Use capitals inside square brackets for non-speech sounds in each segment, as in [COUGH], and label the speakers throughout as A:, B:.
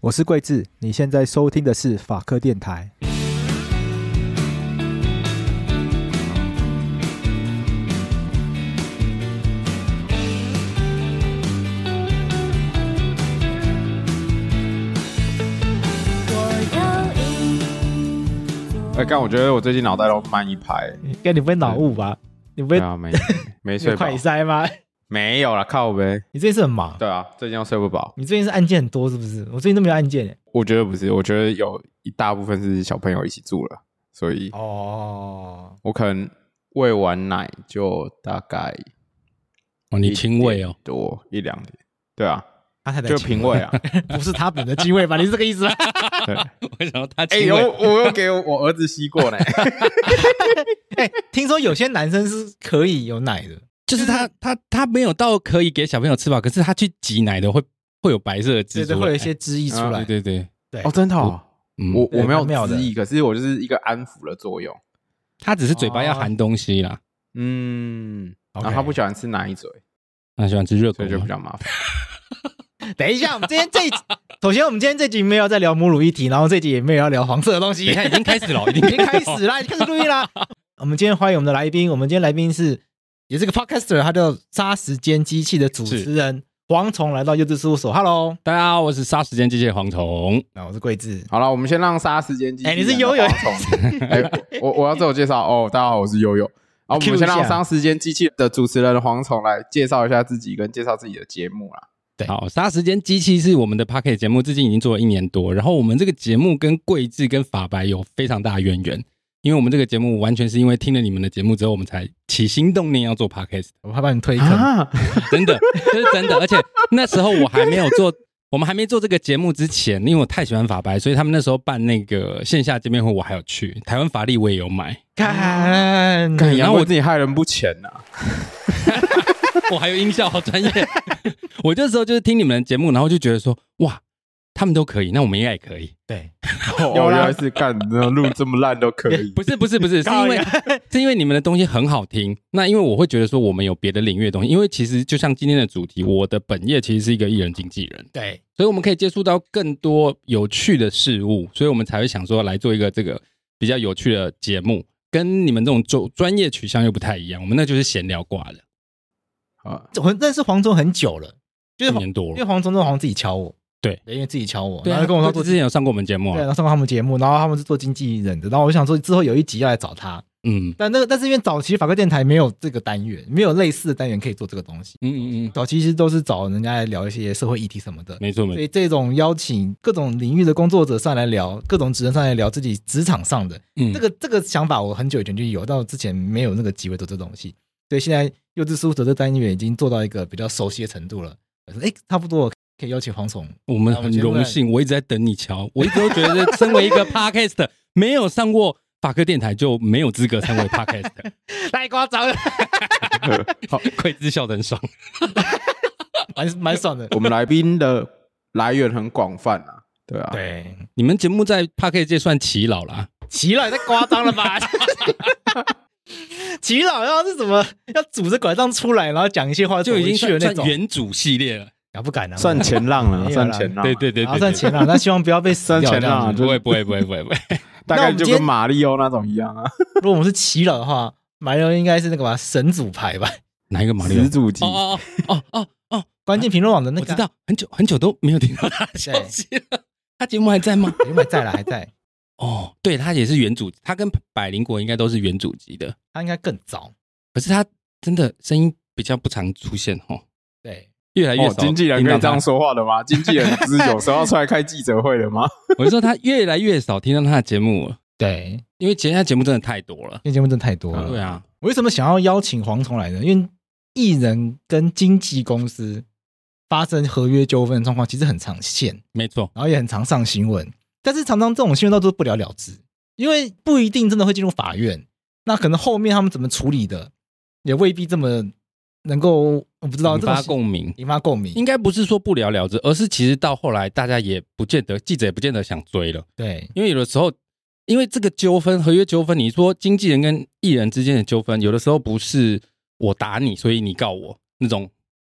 A: 我是桂智，你现在收听的是法科电台。
B: 哎，刚我觉得我最近脑袋都慢一拍，
C: 跟你不会脑雾吧？你不
B: 对
C: 会
B: 啊， [LAUGHS] 没 [LAUGHS] 没
C: 有
B: 睡饱
C: 快，塞吗？
B: 没有啦，靠呗。
C: [LAUGHS] 你最近是很忙，
B: 对啊，最近又睡不饱。
C: 你最近是案件很多是不是？我最近都没有案件耶。
B: 我觉得不是，我觉得有一大部分是小朋友一起住了，所以
C: 哦，
B: 我可能喂完奶就大概
D: 哦，你亲喂哦，
B: 多一两点。对 [LAUGHS] 啊，
C: 他太太
B: 就平喂啊。
C: [LAUGHS] 不是他本的机位
B: [LAUGHS]
C: 吧？你是这个意思吗？ [LAUGHS]
B: 对，
D: [LAUGHS] 我想到他
B: 哎、
D: 亲
B: 有
D: 喂，
B: 我有给我儿子吸过呢。
C: 哎听说有些男生是可以有奶的，
D: 就是他他他没有到可以给小朋友吃饱，可是他去挤奶的会会有白色的
C: 对
D: 汁
C: 对，
D: 出
C: 会有
D: 来，
C: 一些汁液出来。
D: 对对对，
C: 对
B: [LAUGHS] 啊哦，真的、哦，
D: 嗯，
B: 我我没有
C: 蛮妙的
B: 质疑，可是我就是一个安抚的作用。
D: 他只是嘴巴要
C: 哦
D: 含东西啦，
B: 嗯，然后
C: OK
B: 他不喜欢吃奶嘴，
D: 他喜欢吃热
B: 所
D: 狗嘛
B: 以，
D: [LAUGHS]
B: 就比较麻烦。
C: 等一下，我们今天这一集， [LAUGHS] 首先我们今天这集没有在聊母乳一体，然后这集也没有要聊黄色的东
B: [LAUGHS]
C: 西，
D: 等一下已经开
C: [LAUGHS]
D: 始了，已经
C: 已经开始
D: 了，
C: 啦，已经开始录音啦。我们今天欢迎我们的来宾，我们今天来宾是也是个 podcaster，他叫杀时间机器的主持人蝗虫，来到柚子事务所。Hello，
D: 大家好，我是杀时间机器的蝗虫，
C: 那我是桂智。
B: 好了，我们先让杀时间机器
C: 哎
B: 人
C: 你是
B: 的
C: 悠悠
B: 蝗虫哎，我我要自我介绍哦，大家好，我是悠悠。好，我
C: Cue
B: 们先
C: 一
B: 让
C: 下
B: 杀时间机器的主持人蝗虫来介绍一下自己，跟介绍自己的节目啦。
C: 对
D: 好，杀时间机器是我们的 p a c k e t 节目，至今已经做了一年多。然后我们这个节目跟桂智跟法白有非常大的渊源，因为我们这个节目完全是因为听了你们的节目之后，我们才起心动念要做 p a c k e t
C: 我怕把你推坑。
B: 啊，
D: 真的，这是真的。而且那时候我还没有做，我们还没做这个节目之前，因为我太喜欢法白，所以他们那时候办那个线下见面会，我还有去。台湾法力我也有买，
C: 看，
B: 干
D: 然
B: 然后
D: 后我
B: 我自己害人不浅呐。
D: 我还有音效，好专业。 [LAUGHS] 我那时候就是听你们的节目，然后就觉得说，哇，他们都可以，那我们应该也可以。
C: 对，
B: 哦，
C: 有
B: 原
C: 啦
B: 来是干，那录这么烂都可以。
D: 不是不是不是，是因为是因为你们的东西很好听。那因为我会觉得说我们有别的领域的东西，因为其实就像今天的主题，我的本业其实是一个艺人经纪人。
C: 对，
D: 所以我们可以接触到更多有趣的事物，所以我们才会想说来做一个这个比较有趣的节目，跟你们这种专专业取向又不太一样。我们那就是闲聊挂了，
B: 啊，
C: 我认识黄忠很久了，就是
D: 一
C: 黄
D: 年多
C: 因
D: 了
C: 为。黄忠都好像自己敲我，
D: 对，
C: 因为自己敲我，
D: 对
C: 然
D: 啊，
C: 后跟我说做
D: 之前有上过我们节目
C: 对，然
D: 啊，
C: 后上过他们节目，然后他们是做经纪人的，然后我就想说之后有一集要来找他，
D: 嗯
C: 但那个但是因为早期法科电台没有这个单元，没有类似的单元可以做这个东西，
D: 嗯嗯嗯，
C: 早期其实都是找人家来聊一些社会议题什么的，
D: 没错没
C: 所
D: 错，
C: 以这种邀请各种领域的工作者上来聊，各种职人上来聊自己职场上的，
D: 嗯，
C: 这个这个想法我很久以前就有，但我之前没有那个机会做这东西，所以现在幼稚事务所这单元已经做到一个比较熟悉的程度了，我说哎，差不多可以邀请黄总，
D: 我们很荣幸，我一直在等你瞧，我一直都觉得身为一个 podcast 没有上过。法科电台就没有资格成为 podcast，
C: [LAUGHS] 太夸张了，
D: 愧之笑得很爽。
C: [LAUGHS] 蛮蛮爽的，
B: 我们来宾的来源很广泛啊。 [LAUGHS] 对啊，
C: 对，
D: 你们节目在 podcast 界算耆老啊啦，
C: 齐老也太夸张了吧！齐老要是怎么要拄着拐杖出来，然后讲一些话
D: 就已经
C: 走回去
D: 算
C: 的那
D: 算
C: 种，
D: 原主系列了。
C: 啊不敢啊，
B: 算前浪
C: 没有
B: 了，
C: 啦
B: 算前浪，
D: 对，对对
C: 啊
D: 对，
C: 算
D: 对
C: 钱了，那希望不要被死
B: 算
C: 掉
B: 前
C: 这
B: 浪啊，
C: 样子。
D: 嗯不
B: 就
D: 会
B: 是
D: 不会不会不会 [LAUGHS] 不会，
C: 那我
B: 大概
C: 们
B: 就
C: 今天
B: 跟马里奥那种一样啊，
C: 如果我们是齐老的话，蛮容易应该是那个吧神主牌
D: [LAUGHS]
C: 吧。
D: 哪一个马里奥
B: 始？祖级。
D: 哦哦哦哦哦，
C: 关键评论网的那
D: 我
C: 个
D: 知
C: 啊，
D: 道，很久很久都没有听到他的消息了。他节目还在吗？
C: 原本在哎了还在，
D: [LAUGHS] 哦，对，他也是原主，他跟百灵果应该都是原主级的，
C: 他应该更早。
D: 可是他真的声音比较不常出现哦，
C: 对，
D: 越来越
B: 哦，
D: 少。
B: 经纪人可以这样，说话的吗？经纪人不是有时候要出来开记者会的吗？
D: 我是说他越来越少听到他的节目了，
C: 对，
D: 因为其他节目真的太多了。
C: 因为节目真的太
B: 嗯
C: 多
D: 对
C: 了。
D: 啊，
C: 我为什么想要邀请蝗虫来呢？因为艺人跟经纪公司发生合约纠纷的状况其实很常见。
D: 没错，
C: 然后也很常上新闻，但是常常这种新闻到最后不了了之，因为不一定真的会进入法院，那可能后面他们怎么处理的，也未必这么能够，我不知道
D: 引
C: 这种
D: 发共鸣。
C: 引发共鸣，
D: 应该不是说不了了之，而是其实到后来大家也不见得，记者也不见得想追了。
C: 对
D: 因为有的时候，因为这个纠纷、合约纠纷，你说经纪人跟艺人之间的纠纷，有的时候不是我打你，所以你告我那种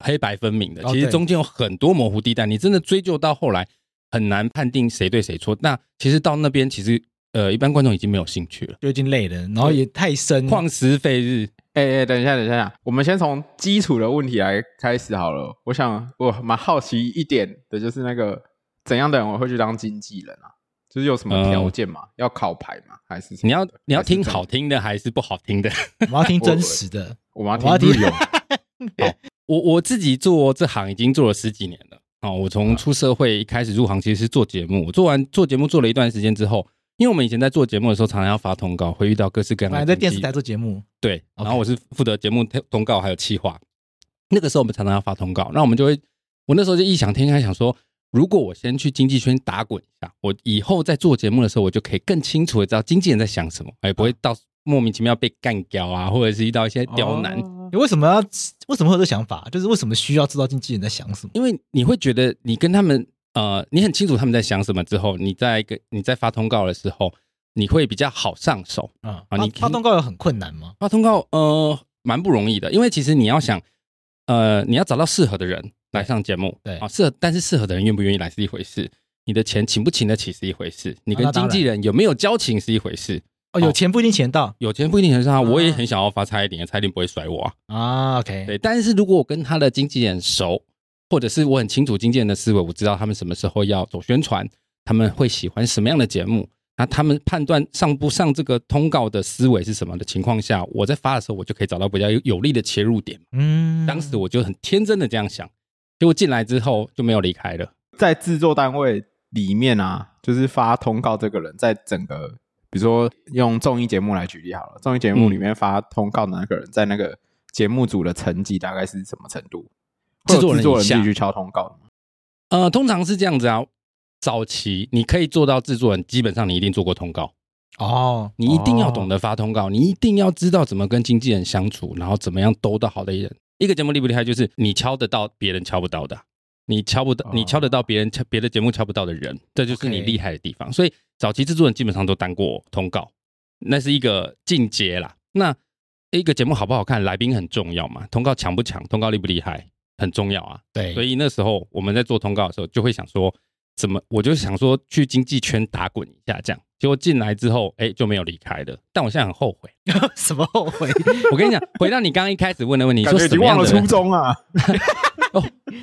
D: 黑白分明的，
C: 哦
D: 其实
C: 对
D: 中间有很多模糊地带。你真的追究到后来，很难判定谁对谁错。那其实到那边，其实呃，一般观众已经没有兴趣了。
C: 就已经累了，然后也太深，
D: 旷时费日，
B: 哎、哎、等一下，等一下，我们先从基础的问题来开始好了。我想我蛮好奇一点的，就是那个怎样的人我会去当经纪人啊？就是有什么条件吗？要考牌吗？还是什么
D: 呃你要
B: 的
D: 你要
B: 还是
D: 听
B: 怎
D: 好听的还是不好听的？
C: 我们要听真实的，
B: 我们
C: 我
B: 要
C: 要
B: 听
C: 听
B: 日哦勇，
D: 我我自己做这行已经做了十几年了啊、我从出社会一开始入行，其实是做节目。我做完做节目做了一段时间之后，因为我们以前在做节目的时候，常常要发通告，会遇到各式各样
C: 本
D: 的
C: 来啊在
D: 经
C: 电
D: 纪
C: 视台做节目，
D: 对，然后
C: OK
D: 我是负责节目通通告还有企划。那个时候我们常常要发通告，那我们就会，我那时候就异想天开，想说，如果我先去经济圈打滚一下，我以后在做节目的时候，我就可以更清楚的知道经纪人在想什么，也不会
C: 啊
D: 到莫名其妙被干掉啊，或者是遇到一些刁难。
B: 哦
C: 你为什么要为什么会有这个想法？就是为什么需要知道经纪人在想什么？
D: 因为你会觉得你跟他们呃，你很清楚他们在想什么之后，你在跟你在发通告的时候，你会比较好上手。
C: 啊，
D: 啊你
C: 发发通告有很困难吗？
D: 发通告呃蛮不容易的，因为其实你要想呃你要找到适合的人来上节目，
C: 对
D: 啊适合，但是适合的人愿不愿意来是一回事，你的钱请不请得起是一回事，你跟
C: 啊那当
D: 经
C: 然
D: 纪人有没有交情是一回事，
C: 哦，有钱不一定钱到
D: 有钱不一定很上，我也
C: 啊
D: 很想要发差一点，差一点不会甩我啊。
C: 啊。OK，
D: 对，但是如果我跟他的经纪人熟，或者是我很清楚经纪人的思维，我知道他们什么时候要走宣传，他们会喜欢什么样的节目，那他们判断上不上这个通告的思维是什么的情况下，我在发的时候，我就可以找到比较有有力的切入点。
C: 嗯
D: 当时我就很天真的这样想，结果进来之后就没有离开了。
B: 在制作单位里面啊，就是发通告这个人，在整个比如说用综艺节目来举例好了，综艺节
D: 嗯
B: 目里面发通告的那个人，在那个节目组的成绩大概是什么程度？
D: 制作
B: 会有制
D: 人
B: 作人
D: 以下
B: 自己去敲通告的吗？
D: 呃，通常是这样子啊，早期你可以做到制作人，基本上你一定做过通告。
C: 哦，
D: 你一定要懂
C: 得
D: 得发通告，你一定要知道怎么跟经纪人相处，然后怎么样兜到好的艺人。一个节目厉不厉害，就是你敲得到别人敲不到的，你敲不到，
B: 哦
D: 你敲得到别人敲别的节目敲不到的人，这就是你
C: OK
D: 厉害的地方。所以早期制作人基本上都当过通告，那是一个进阶啦。那一个节目好不好看，来宾很重要嘛，通告强不强，通告厉不厉害很重要啊。
C: 对，
D: 所以那时候我们在做通告的时候，就会想说，怎么我就想说去经济圈打滚一下这样。结果进来之后，哎、就没有离开了。但我现在很
B: [LAUGHS]
D: 后悔。
C: 什么后悔？
D: 我跟你讲，回到你刚刚一开始问的问题，你
B: 感
D: 说
B: 觉已
D: 什
B: 经
D: 么
B: 忘了
D: 样的
B: 初
D: 人？
B: 衷 [LAUGHS] 啊！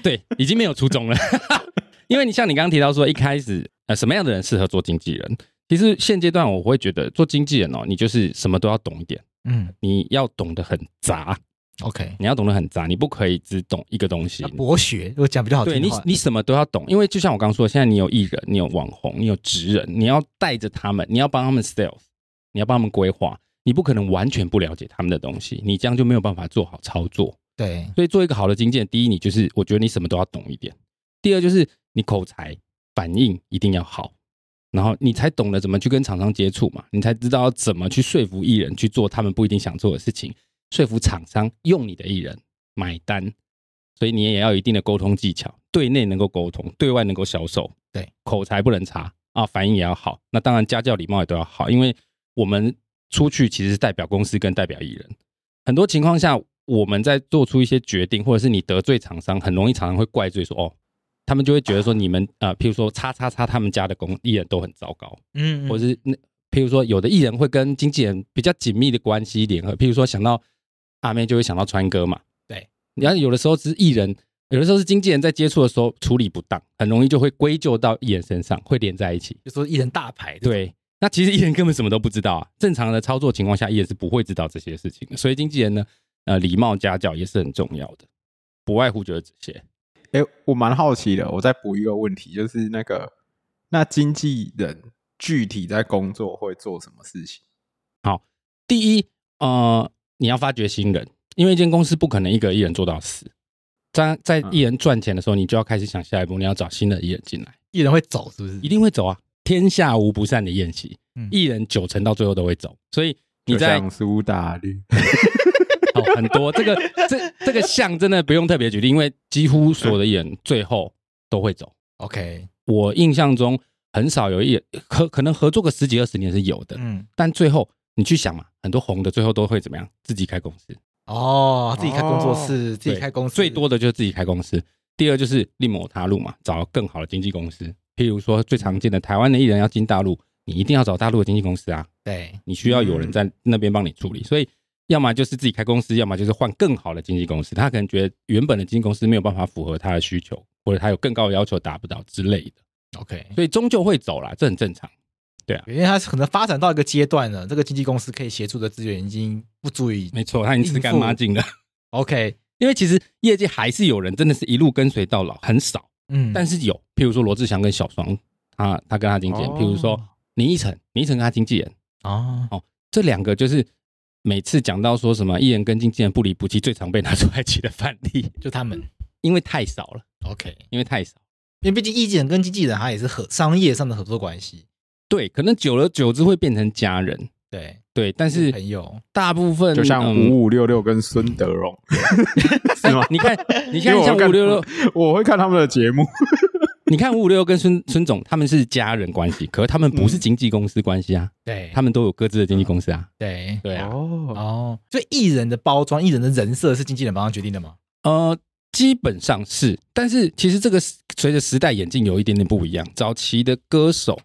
D: 对，已经没有初衷了。 [LAUGHS] 因为你像你刚刚提到说，一开始呃，什么样的人适合做经纪人？其实现阶段我会觉得做经纪人哦，你就是什么都要懂一点，
C: 嗯
D: 你要懂得很杂，
C: ，OK，
D: 你要懂得很杂，你不可以只懂一个东西
B: 啊
C: 要。博学，如果讲比较好
D: 对
C: 听
D: 你
C: 的话，，
D: 你什么都要懂，因为就像我刚刚说，现在你有艺人，你有网红，你有职人，你要带着他们，你要帮他们 sales，你要帮他们规划，你不可能完全不了解他们的东西，你这样就没有办法做好操作。
C: 对
D: 所以做一个好的经纪人，第一，你就是我觉得你什么都要懂一点；第二，就是你口才、反应一定要好，然后你才懂得怎么去跟厂商接触嘛，你才知道怎么去说服艺人去做他们不一定想做的事情，说服厂商用你的艺人买单。所以你也要有一定的沟通技巧，对内能够沟通，对外能够销售，
C: 对，
D: 口才不能差啊，反应也要好。那当然家教礼貌也都要好，因为我们出去其实是代表公司跟代表艺人，很多情况下，我们在做出一些决定，或者是你得罪厂商，很容易厂商会怪罪说哦，他们就会觉得说你们呃，譬如说叉叉叉他们家的工艺人都很糟糕，
C: 嗯，
D: 或者是那譬如说有的艺人会跟经纪人比较紧密的关系联合，譬如说想到阿妹就会想到川哥嘛，
C: 对，
D: 然后有的时候是艺人，有的时候是经纪人在接触的时候处理不当，很容易就会归咎到艺人身上，会连在一起。
C: 就说艺人大牌，
D: 对，那其实艺人根本什么都不知道啊。正常的操作情况下，艺人是不会知道这些事情的。所以经纪人呢，呃，礼貌家教也是很重要的，不外乎就是这些。
B: 哎、我蛮好奇的，我再补一个问题，就是那个那经纪人具体在工作会做什么事情？
D: 第一，呃，你要发掘新人，因为一间公司不可能一个艺人做到死。在在
B: 嗯
D: 艺人赚钱的时候，你就要开始想下一步，你要找新的艺人进来，
C: 艺人会走是不是
D: 一？定会走啊！天下无不散的宴席
C: 嗯，
D: 艺人九成到最后都会走，所以你
B: 就
D: 在
B: 像苏打绿，
D: 好很多。这个这这个项真的不用特别举例，因为几乎所有的艺人最后都会走。
C: OK，
D: 我印象中很少有一可可能合作个十几二十年是有的，
C: 嗯，
D: 但最后你去想嘛，很多红的最后都会怎么样？自己开公司，
C: 哦，自己开工作室，自己
D: 对
C: 开公司，
D: 最多的就是自己开公司。第二就是另谋他路嘛，找更好的经纪公司，譬譬如说最常见的台湾的艺人要进大陆，你一定要找大陆的经纪公司啊，
C: 对，
D: 你需要有
C: 嗯
D: 人在那边帮你处理，所以要么就是自己开公司，要么就是换更好的经纪公司。他可能觉得原本的经纪公司没有办法符合他的需求，或者他有更高的要求达不到之类的，
C: OK，
D: 所以终究会走啦，这很正常。
C: 因为它可能发展到一个阶段了，这个经纪公司可以协助的资源已经不足以。
D: 没错，他已经吃干妈净了， [LAUGHS]
C: OK，
D: 因为其实业界还是有人真的是一路跟随到老，很少，
C: 嗯，
D: 但
C: 是
D: 是有，譬如说罗志祥跟小双，他他跟他经纪人，
B: 哦
D: 譬如说倪一晨，倪一晨跟他经纪人，
C: 啊，
D: 这两个就是每次讲到说什么艺人跟经纪人不离不弃，最常被拿出来举的范例， [LAUGHS]
C: 就他们
D: 因为太少了，
C: OK，
D: 因为太少。
C: 因为毕竟艺人跟经纪人他也是合商业上的合作关系，
D: 对，可能久而久之会变成家人，
C: 对，
D: 对，但是
C: 朋友，
D: 大部分
B: 就像
D: 嗯
B: 五五六六跟孙德
D: [LAUGHS]
B: 荣，是吗？
D: 你
B: [LAUGHS]
D: 看，你
B: 因为
D: 看
B: 我
D: 像
B: 看
D: 五六六，
B: 我会看他们的节目，
D: 你看五五六六跟孙孙总他们是家人关系，可是他们
B: 嗯
D: 不是经纪公司关系啊，
C: 对，
D: 他们都有各自的经纪公司啊，
C: 嗯对，
D: 对啊，
B: 哦，
C: 哦，所以艺人的包装、艺人的人设是经纪人帮他决定的吗？
D: 呃，基本上是，但是其实这个是随着时代演进有一点点不一样。早期的歌手，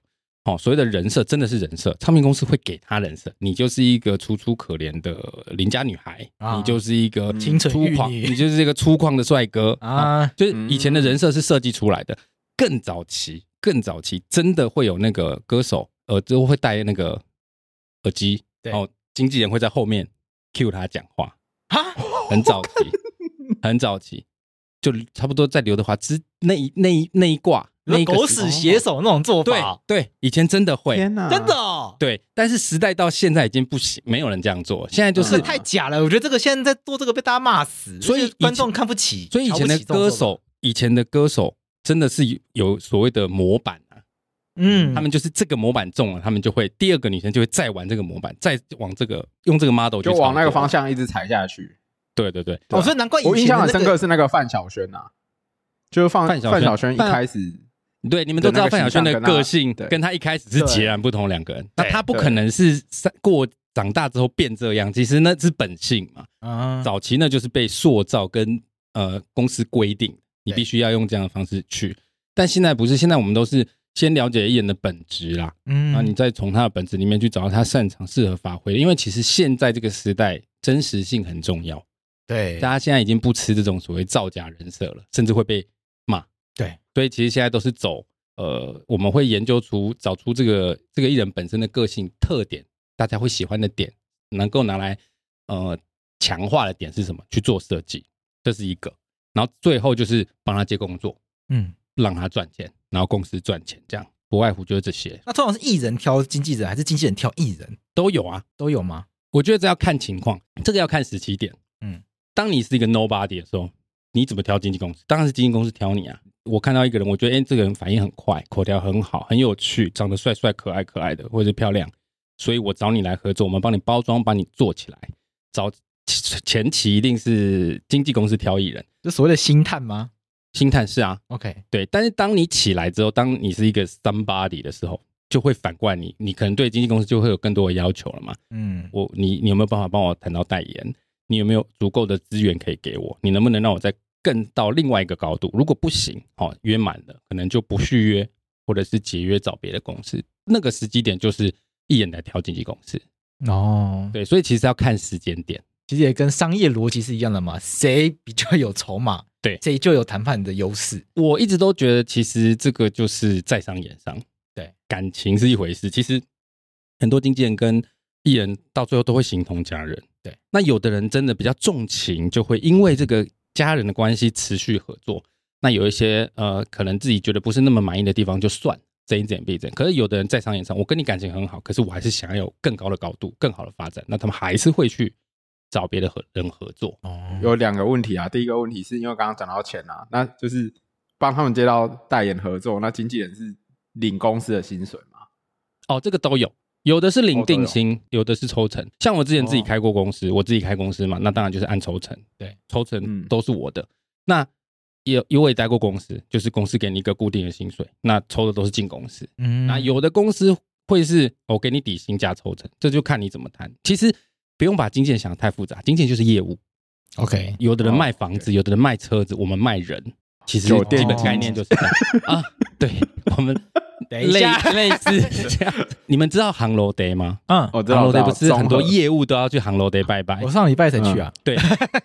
D: 哦，所谓的人设真的是人设，唱片公司会给他人设，你就是一个楚楚可怜的邻家女孩，
C: 啊
D: 你就是一个
B: 嗯
C: 清纯
D: 粗
C: 玉
D: 犷，
C: 女
D: 你就是一个粗犷的帅哥啊，
C: 啊，
D: 就是以前的人设是设计出来的。更早期，更早期真的会有那个歌手，呃，就会戴那个耳机，
C: 对
D: 然后经纪人会在后面 cue 他讲话。
C: 哈，
D: 很早
C: [LAUGHS]
D: 期，很早期，就差不多在刘德华之那一那一那一挂那一个
C: 狗屎
D: 时
C: 写手那种做
D: 对
C: 法，
D: 对，以前真的会，
B: 天哪，
C: 哦真的哦，
D: 对，但是时代到现在已经不行，没有人这样做，现在就
C: 这
D: 是
C: 个，太假了。我觉得这个现在在做这个被大家骂死，
D: 所以
C: 就是观众看不起，
D: 所以以前的
C: 瞧不起这种
D: 歌
C: 做法，
D: 手，以前的歌手真的是有有所谓的模板啊，
C: 嗯，
D: 他们就是这个模板中了，他们就会第二个女生就会再玩这个模板，再往这个用这个 model 去
B: 就往那个
D: 操作
B: 方，向一直踩下去。
D: 对对对，
C: 哦，所以难怪以前
B: 我
C: 的
B: 印象很深
C: 那
B: 刻
C: 个，
B: 是那个范晓萱呐，就是放
D: 范晓萱
B: 范晓萱一
D: 范
B: 开始
D: 对，你们都知道
B: 的那个
D: 范晓萱
B: 形
D: 的
B: 象跟他
D: 个性
B: 对
D: 跟她一开始是截然不同两个人，那
C: 对
D: 她不可能是三过长大之后变这样，其实那是本性嘛。
C: 啊，
D: 早期那就是被塑造跟呃公司规定，你
C: 对
D: 必须要用这样的方式去，但现在不是，现在我们都是先了解艺人的本质啦，
C: 嗯
D: 然后你再从他的本质里面去找到他擅长适合发挥的，因为其实现在这个时代真实性很重要，
C: 对
D: 大家现在已经不吃这种所谓造假人设了，甚至会被骂。
C: 对，
D: 所以其实现在都是走呃，我们会研究出找出这个这个艺人本身的个性特点，大家会喜欢的点，能够拿来呃强化的点是什么去做设计，这是一个。然后最后就是帮他接工作，
C: 嗯，
D: 让他赚钱，然后公司赚钱，这样不外乎就是这些
C: 那通常是艺人挑经纪人，还是经纪人挑艺人，
D: 都有啊。
C: 都有吗？
D: 我觉得这要看情况，这个要看时期点。
C: 嗯
D: 嗯，当你是一个 nobody 的时候，你怎么挑经纪公司？当然是经纪公司挑你啊。我看到一个人，我觉得哎、诶这个人反应很快，口条很好，很有趣，长得帅帅、可爱可爱的，或者是漂亮，所以我找你来合作，我们帮你包装，帮你做起来。找前期一定是经纪公司挑艺人，
C: 就所谓的星探吗
D: 星探是啊，
C: ？OK，
D: 对，但是当你起来之后，当你是一个 somebody 的时候，就会反过来你，你可能对经纪公司就会有更多的要求了嘛。
C: 嗯，
D: 我你你有没有办法帮我谈到代言？你有没有足够的资源可以给我？你能不能让我再更到另外一个高度？如果不行，哦，约满了，可能就不续约，或者是解约找别的公司。那个时机点就是一眼来挑经纪公司，
C: 哦，
D: 对，所以其实要看时间点，
C: 其实也跟商业逻辑是一样的嘛，谁比较有筹码，
D: 对
C: 谁就有谈判的优势。
D: 我一直都觉得，其实这个就是在商言商，
C: 对，
D: 感情是一回事。其实很多经纪人跟艺人到最后都会形同家人，
C: 对。
D: 那有的人真的比较重情，就会因为这个家人的关系持续合作。那有一些呃，可能自己觉得不是那么满意的地方，就算睁一只眼闭一只眼。可是有的人在商言商，我跟你感情很好，可是我还是想要有更高的高度、更好的发展，那他们还是会去找别的合人合作。
C: 哦，
B: 有两个问题啊。第一个问题是因为刚刚讲到钱啊，那就是帮他们接到代言合作，那经纪人是领公司的薪水嘛？
D: 哦，这个都有，有的是领
B: 哦都有哦
D: 定薪，有的是抽成。像我之前自己开过公司，我自己开公司嘛，那当然就是按抽成，
C: 对，
D: 抽成
B: 嗯
D: 都是我的。那也因为我也待过公司，就是公司给你一个固定的薪水，那抽的都是进公司。
C: 嗯
D: 那有的公司会是我、哦给你底薪加抽成，这就看你怎么谈。其实不用把经纪人想得太复杂，经纪人就是业务，
C: OK，
D: 有的人
B: 哦
D: 卖房子，有的人卖车子，我们卖人。其实
B: 酒
D: 基
B: 店
D: 本
C: 经
D: 概
C: 济
D: 念就是这样 [LAUGHS] 啊，对，我们
C: [LAUGHS] 等一
D: 类
C: 下，
D: 类似这样。 [LAUGHS] 你们知道航楼 day 吗？
C: 嗯，
B: 我知
D: 航
B: 道，
D: 楼
B: 我知
D: day
B: 道
D: 不是很多
B: 综合
D: 业务都要去航楼 day 拜拜
C: 我？上礼拜才去啊，
D: 对，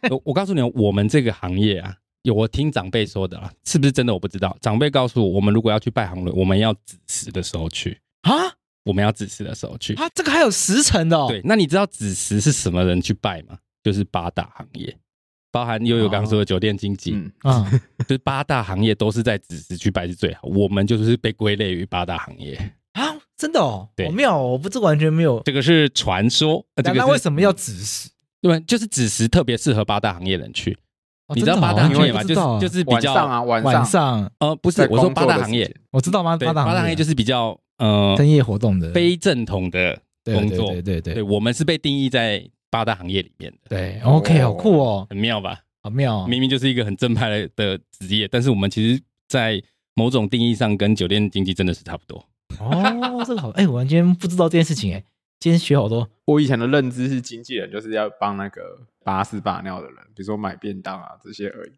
D: 我我告诉你，我们这个行业啊，有我听长辈说的啊，是不是真的我不知道。长辈告诉我，我们如果要去拜航楼，我们要子时的时候去，
C: 啊
D: 我们要子时的时候去。
C: 啊，这个还有时辰的哦，
D: 对，那你知道子时是什么人去拜吗？就是八大行业，包含悠悠刚说的酒店经济，
B: 嗯，
C: 啊，
D: 就是八大行业都是在子时去拜是最好。我们就是被归类于八大行业，
C: 啊，真的哦，
D: 对
C: 我没有，我不这完全没有。
D: 这个是传说。呃、这
C: 那
D: 个
C: 那
D: 是
C: 为什么要指示？
D: 对，就是子时特别适合八大行业人去。
C: 哦
D: 你知道
C: 真的
D: 八
C: 哦
D: 大
C: 我
D: 行
C: 完
D: 业吗？
C: 全不
D: 就
C: 知道啊
D: 是就是比
B: 晚
D: 较
B: 上啊，晚
C: 晚上，
D: 呃，不是
B: 在，
D: 我
B: 工
D: 说
B: 作
D: 八
B: 的
D: 大行业
B: 时，间
C: 我知道吗？
D: 对，
C: 八大
D: 八大行
C: 行
D: 业就是比较呃
C: 深夜活动的
D: 非正统的
C: 对
D: 工作，
C: 对对对
D: 对
C: 对
D: 我们是被定义在八大行业里面的，
C: 对。OK，
B: 哦
C: 好酷哦，
D: 很妙吧？
C: 好妙哦。
D: 明明就是一个很正派的职业，但是我们其实，在某种定义上跟酒店经济真的是差不多。
C: 哦，这个好，哎，我完全不知道这件事情，哎，今天学好多。
B: 我以前的认知是经纪人就是要帮那个把屎把尿的人，比如说买便当啊这些而已。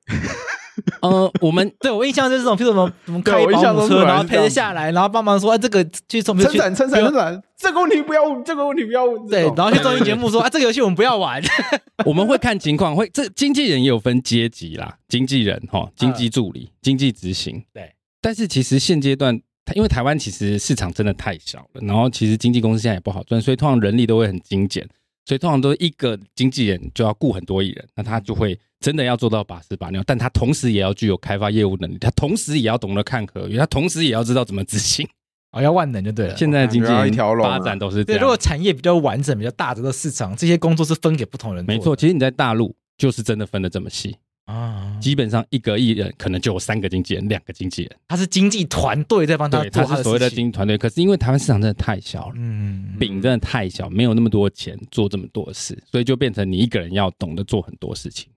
D: 呃，我们
C: 对我印象就是这种，譬如什么什么
B: 对
C: 开
B: 我印
C: 保
B: 象
C: 姆
B: 中
C: 车，
B: 是
C: 然后
B: 这
C: 陪
B: 样
C: 着
B: 子
C: 下来，然后帮忙说，哎，这个去从
B: 撑伞，撑伞，
C: 不
B: 撑
C: 用
B: 伞，这个问题不要问，这个问题不要问。
C: 对
B: 这，
D: 哦
B: 种
C: 然后去综艺节目说啊，这个游戏我们不要玩。 [LAUGHS]
D: 我们会看情况，会这经纪人也有分阶级啦，经纪人哈，经济助理、经济执行。
C: 嗯对，
D: 但是其实现阶段，因为台湾其实市场真的太小了，然后其实经纪公司现在也不好赚，所以通常人力都会很精简，所以通常都是一个经纪人就要雇很多艺人，那他就会真的要做到把屎把尿，但他同时也要具有开发业务能力，他同时也要懂得看合约，他同时也要知道怎么执
B: [LAUGHS]
D: 行。
C: 哦，要万能就对了。
D: 现在的经纪
B: 感觉要
D: 人
B: 一条龙啊
D: 发展都是这
C: 对，
D: 样。
C: 如果产业比较完整、比较大的这个市场，这些工作是分给不同人做的。
D: 没错，其实你在大陆就是真的分得这么细，
C: 啊，
D: 基本上一个艺人可能就有三个经纪人、两个经纪人，
C: 他是经济团队在帮他
D: 对，
C: 做
D: 他
C: 他
D: 是所谓的
C: 事情
D: 经纪团队。可是因为台湾市场真的太小了，
C: 嗯，
D: 饼真的太小，没有那么多钱做这么多事，所以就变成你一个人要懂得做很多事情，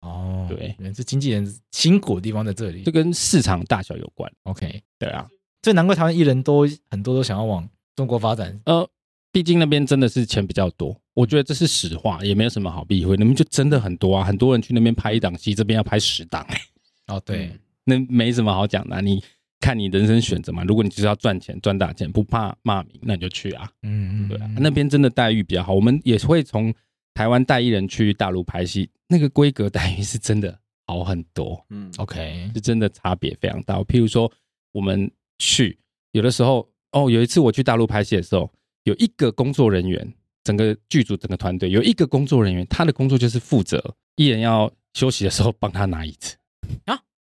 C: 哦，
D: 对，
C: 原来是经纪人辛苦的地方在这里
D: 这。跟市场大小有关。
C: OK，
D: 对啊，
C: 所以难怪台湾艺人都很多都想要往中国发展。
D: 呃，毕竟那边真的是钱比较多，我觉得这是实话，也没有什么好避讳。那边就真的很多啊，很多人去那边拍一档戏，这边要拍十档、 [LAUGHS]
C: 哦，对，
B: 嗯
D: 那没什么好讲的啊、你看你人生选择嘛。如果你就是要赚钱、赚大钱，不怕骂名，那你就去啊。
C: 嗯嗯，
D: 对啊，
C: 嗯
D: 那边真的待遇比较好。我们也会从台湾带艺人去大陆拍戏，那个规格待遇是真的好很多，
B: 嗯，
C: OK，
D: 是真的差别非常大。譬如说，我们去有的时候，哦，有一次我去大陆拍戏的时候，有一个工作人员，整个剧组、整个团队有一个工作人员，他的工作就是负责艺人要休息的时候帮他拿椅子。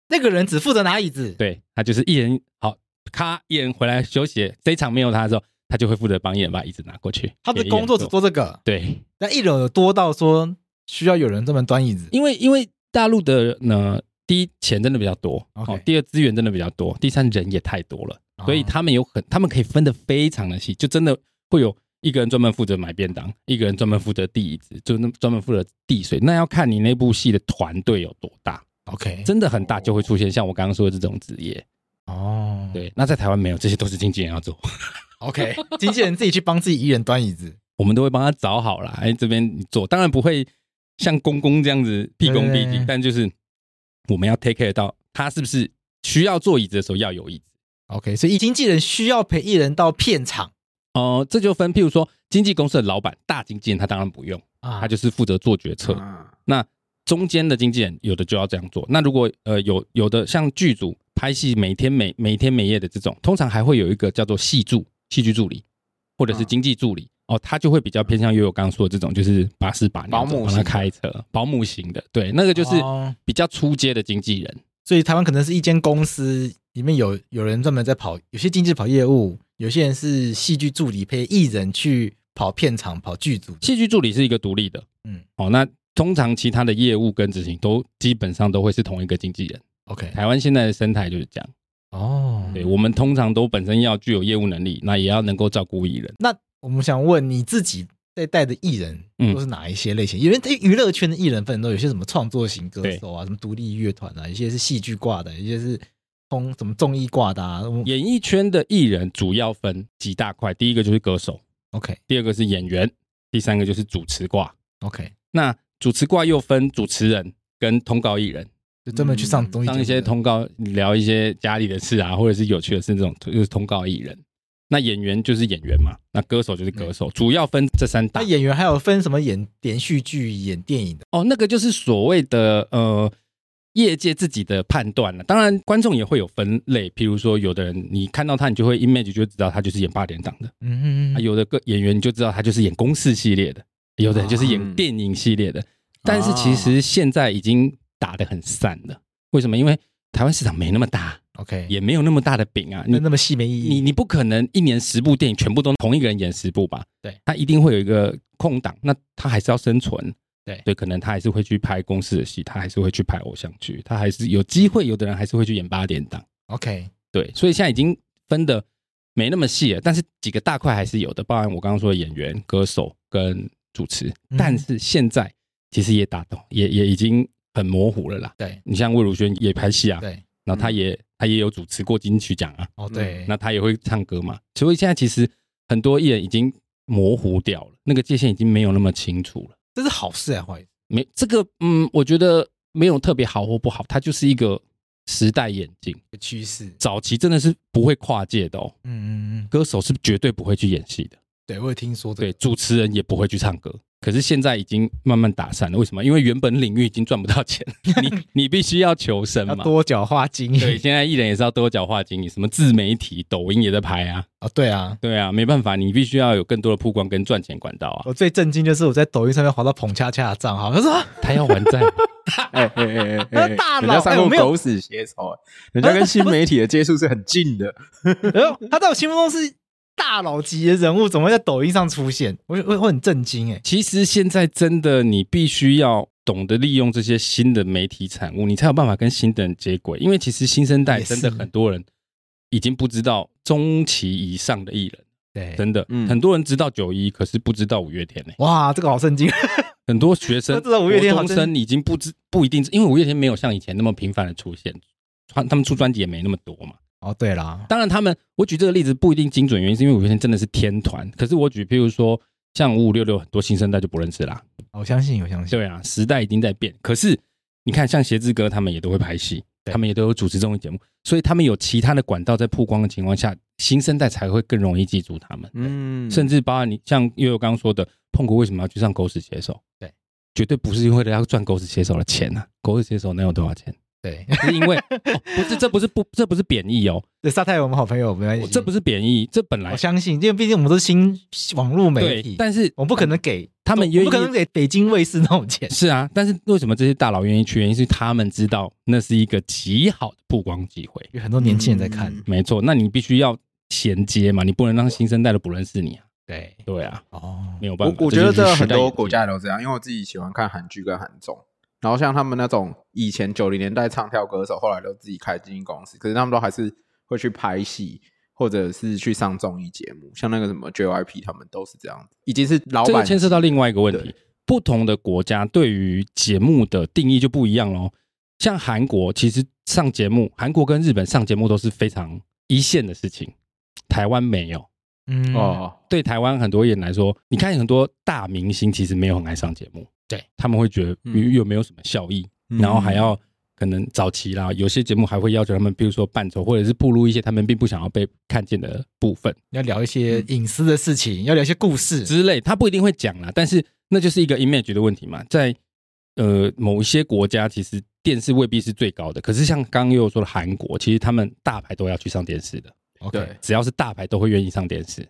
C: 那个人只负责拿椅子，
D: 对他就是艺人好，咔，艺人回来休息，这一场没有他的时候，他就会负责帮艺人把椅子拿过去。
C: 他的
D: 给艺人
C: 工作只做这个。
D: 对，
C: 那艺人有多到说需要有人专门端椅子？
D: 因为因为大陆的呢，第一钱真的比较多
C: OK 啊
D: 哦，第二资源真的比较多，第三人也太多了，所以他们有很他们可以分得非常的细，就真的会有一个人专门负责买便当，一个人专门负责递椅子，就那专门负责递水，那要看你那部戏的团队有多大，
C: 哦 OK，
D: 真的很大就会出现像我刚刚说的这种职业。
C: 哦，
D: 对，那在台湾没有，这些都是经纪人要做。
C: OK，经纪人自己去帮自己艺人端椅子，
D: 我们都会帮他找好了，哎，这边你做，当然不会像公公这样子毕恭毕
C: 对
D: 敬，但就是我们要 take care 到他是不是需要坐椅子的时候要有椅子。
C: OK，所以经纪人需要陪艺人到片场
D: 哦、这就分，譬如说经纪公司的老板大经纪人，他当然不用，
C: 啊
D: 他就是负责做决策。
B: 嗯
D: 那中间的经纪人有的就要这样做。那如果呃有有的像剧组拍戏，每天每每天每夜的这种，通常还会有一个叫做戏助、戏剧助理，或者是
B: 嗯
D: 经济助理。哦，他就会比较偏向于我刚刚说的这种，就是把屎把
B: 保
D: 尿
B: 姆
D: 这种帮
B: 型的
D: 他开车，保姆型的，对，那个就是
C: 哦
D: 比较出街的经纪人，
C: 所以台湾可能是一间公司里面有有人专门在跑，有些经纪跑业务，有些人是戏剧助理陪艺人去跑片场、跑剧组。
D: 戏剧助理是一个独立的，
C: 嗯
D: 哦，那通常其他的业务跟执行都基本上都会是同一个经纪人。
C: ，OK，
D: 台湾现在的生态就是这样，
C: 哦，
B: 嗯
D: 对我们通常都本身要具有业务能力，那也要能够照顾艺人。
C: 那我们想问你自己在带的艺人
D: 嗯
C: 都是哪一些类型？因为对娱乐圈的艺人分都有些什么创作型歌
D: 对
C: 手啊，什么独立乐团啊，有些是戏剧挂的，有些是通什么综艺挂的啊。我
D: 演艺圈的艺人主要分几大块，第一个就是歌手，
C: OK
D: 第二个是演员，第三个就是主持挂。
C: OK，
D: 那主持挂又分主持人跟通告艺人。
C: 就专门去上
B: 嗯
C: 综艺节目
D: 当
C: 的
D: 一些通告聊一些家里的事啊，或者是有趣的事，这种就是通告艺人。那演员就是演员嘛，那歌手就是歌手，主要分这三大
C: 那。演员还有分什么演连续剧、演电影的，
D: 哦，那个就是所谓的呃，业界自己的判断了。当然，观众也会有分类，譬如说，有的人你看到他，你就会 image 就知道他就是演八点档的；
C: 嗯
D: 啊，有的个演员你就知道他就是演公式系列的，有的人就是
B: 啊
D: 演电影系列的。
C: 啊
D: 但是其实现在已经打得很散了，为什么？因为台湾市场没那么大，
C: OK，
D: 也没有那么大的饼啊。你
C: 那那么细没意义。
D: 你你不可能一年十部电影全部都同一个人演十部吧？
C: 对，
D: 他一定会有一个空档，那他还是要生存。
C: 对
D: 对，可能他还是会去拍公司的戏，他还是会去拍偶像剧，他还是有机会，有的人还是会去演八点档。
C: OK，
D: 对，所以现在已经分的没那么细了，但是几个大块还是有的，包含我刚刚说的演员、歌手跟主持。
C: 嗯
D: 但是现在其实也打动，也也已经很模糊了啦。
C: 对
D: 你像魏如萱也拍戏啊，
C: 对
D: 然后她也、她也有主持过金曲奖啊，
C: 哦对，
D: 那他也会唱歌嘛，所以现在其实很多艺人已经模糊掉了，那个界限已经没有那么清楚了。
C: 这是好事还啊是坏事？
D: 没这个，嗯，我觉得没有特别好或不好，它就是一个时代眼镜。
C: 一个趋势。
D: 早期真的是不会跨界的哦，
C: 嗯嗯嗯，
D: 歌手是绝对不会去演戏的，
C: 对我有听说这
D: 对，
C: 个。
D: 主持人也不会去唱歌。可是现在已经慢慢打散了，为什么？因为原本领域已经赚不到钱，
C: [LAUGHS]
D: 你你必须要求生
C: 要
D: 嘛。
C: 多角化经营。
D: 对，现在艺人也是要多角化经营，什么自媒体、抖音也在拍啊，
C: [LAUGHS] 哦，对啊，
D: 对啊，没办法，你必须要有更多的曝光跟赚钱管道啊。
C: 我最震惊就是我在抖音上面划到彭恰恰的账 [LAUGHS] 号，他说 [LAUGHS] 啊
D: 他要还债，
B: 哎哎哎哎
C: 那
B: 哎，
C: [LAUGHS] 大佬
B: 人家上
C: 哎我
B: 过
C: 没有
B: 狗屎写手，哎人家跟新媒体的接触是很近的。
C: 然后哎他在我心目中是大佬级的人物，怎么会在抖音上出现？我我我很震惊哎。
D: [LAUGHS] 其实现在真的你必须要懂得利用这些新的媒体产物，你才有办法跟新的人接轨。因为其实新生代
C: 也是
D: 真的很多人已经不知道中期以上的艺人，
C: 对，
D: 真的、
B: 嗯
D: 很多人知道九一，可是不知道五月天呢、
C: 哇，这个好震惊。 [LAUGHS]
D: 很多学生
C: 不知道五月天好
D: 国中
C: 真
D: 生已经不知不一定知，因为五月天没有像以前那么频繁的出现，他他们出专辑也没那么多嘛。
C: 哦，对啦，
D: 当然，他们我举这个例子不一定精准，原因是因为五月天真的是天团。可是我举，譬如说像五五六六，很多新生代就不认识啦。
C: 哦我相信，我相信。
D: 对啊，时代已经在变。可是你看，像鞋子哥他们也都会拍戏，他们也都有主持综艺节目，所以他们有其他的管道在曝光的情况下，新生代才会更容易记住他们。
C: [LAUGHS]
B: 嗯，
D: 甚至包括你像悠悠刚刚说的，碰过为什么要去上狗屎写手？
C: 对，
D: 绝对不是因为要赚狗屎写手的钱啊！狗屎写手能有多
C: [LAUGHS]
D: 少钱？
C: 对，
D: 是因为、哦、不是这不是不这不是贬义哦，
C: 对，沙太我们好朋友，没关系。
D: 这不是贬义，这本来
C: 我相信，因为毕竟我们都是新网络媒体
D: 哎对，，但是
C: 我不可能给
D: 他们
C: 我
D: 愿
C: 不可能
D: 意。
C: 给北京卫视那种钱。 [LAUGHS]
D: 是啊，但是为什么这些大佬愿意去？原因是他们知道那是一个极好的曝光机会。
C: 有很多年轻人在看，
B: 嗯
D: 没错，那你必须要衔接嘛，你不能让新生代都不认识你啊。
C: 对，
D: 对啊，
C: 哦，
D: 没有办
B: 我
D: 法。
B: 我觉得
D: 这就是
B: 这
D: 时
B: 很
D: 代
B: 多
D: 演进
B: 国家都这样，因为我自己喜欢看韩剧跟韩综，然后像他们那种以前九零年代唱跳歌手，后来都自己开经纪公司，可是他们都还是会去拍戏，或者是去上综艺节目，像那个什么 JYP，他们都是这样子，已经是老
D: 这
B: 板
D: 个牵涉到另外一个问题
B: 对，
D: 不同的国家对于节目的定义就不一样喽。像韩国，其实上节目，韩国跟日本上节目都是非常一线的事情，台湾没有。
C: 嗯，
B: 哦，
D: 对台湾很多艺人来说，你看很多大明星其实没有很爱上节目，
C: 对
D: 他们会觉得
B: 嗯
D: 有没有什么效益，
B: 嗯
D: 然后还要可能早期啦，有些节目还会要求他们，比如说扮丑，或者是暴露一些他们并不想要被看见的部分
C: 要聊一些
D: 嗯
C: 隐私的事情，要聊一些故事，
D: 之类，他不一定会讲啦，但是那就是一个 image 的问题嘛，在呃某一些国家其实。电视未必是最高的，可是像刚刚又有说的韩国，其实他们大牌都要去上电视的，
C: OK，
B: 对，
D: 只要是大牌都会愿意上电视。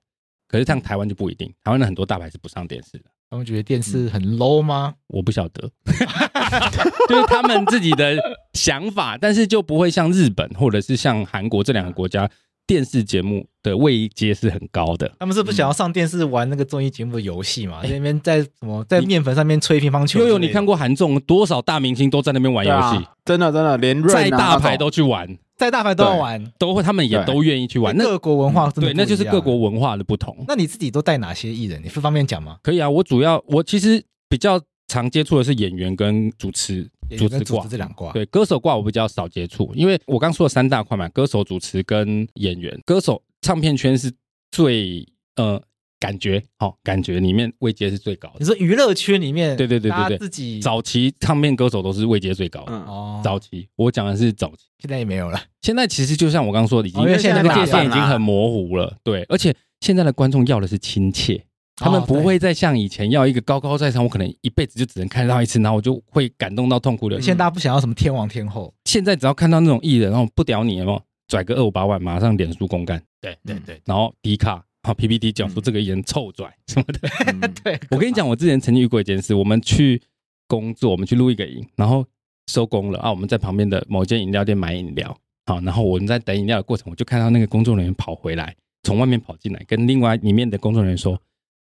D: 可是像台湾就不一定，台湾的很多大牌是不上电视的。
C: 他们觉得电
D: 嗯
C: 视很 low 吗？
D: 我不晓得， [LAUGHS] 就是他们自己的想法，但是就不会像日本或者是像韩国这两个国家电视节目的位阶是很高的。
C: 他们是不想要上电视玩那个综艺节目的游戏嘛？在那边在什么在面粉上面吹乒乓球之
D: 哎悠
C: 类的？
D: 悠，你看过韩综多少大明星都在那边玩
B: 对
D: 游
B: 啊
D: 戏，
B: 真的真的连润啊
D: 再大牌
B: 那种
D: 都去玩，
C: 在大牌都要玩，
D: 都会他们也
B: 对
D: 都愿意去玩。那
C: 各国文化真的
D: 对，那就是
C: 不一样
D: 各。国文化的不同。
C: 那你自己都带哪些艺人？你不方便讲吗？
D: 可以啊，我主要我其实比较常接触的是演员跟主持
C: 也
D: 主
C: 跟
D: 持
C: 主
D: 挂
C: 持。这两挂，
D: 对歌手挂我比较少接触，因为我刚说的三大块嘛，歌手、主持跟演员。歌手唱片圈是最呃感觉，好、感觉里面位阶是最高
C: 你
D: 的。
C: 说娱乐圈里面，
D: 对对对对对
C: 大家自己
D: 早期唱片歌手都是位阶最高的。
B: 嗯，
C: 哦，
D: 早期我讲的是早期，
C: 现在也没有了，
D: 现在其实就像我刚刚说的，已经、
C: 哦因为现
D: 现在
C: 在
D: 那个
C: 打
D: 界
C: 扮
D: 限已经
B: 啦
D: 很模糊了。对，而且现在的观众要的是亲切，他们
C: 哦
D: 不
C: 对
D: 会再像以前要一个高高在上，我可能一辈子就只能看到一次，然后我就会感动到痛哭流
C: 现
D: 涕。
C: 在大家不想要什么天王天后，
D: 现在只要看到那种艺人，然后不屌你，有没有拽个二五八万，马上脸书公干，对
B: 对
D: 对，然后迪卡好 PPT 讲说
B: 嗯
D: 这个艺人臭拽什么的。 [LAUGHS]
B: 嗯
C: 对，
D: 我跟你讲，我之前曾经遇过一件事，我们去工作，我们去录一个营，然后收工了啊，我们在旁边的某间饮料店买饮料，好，然后我们在等饮料的过程，我就看到那个工作人员跑回来，从外面跑进来，跟另外里面的工作人员说：“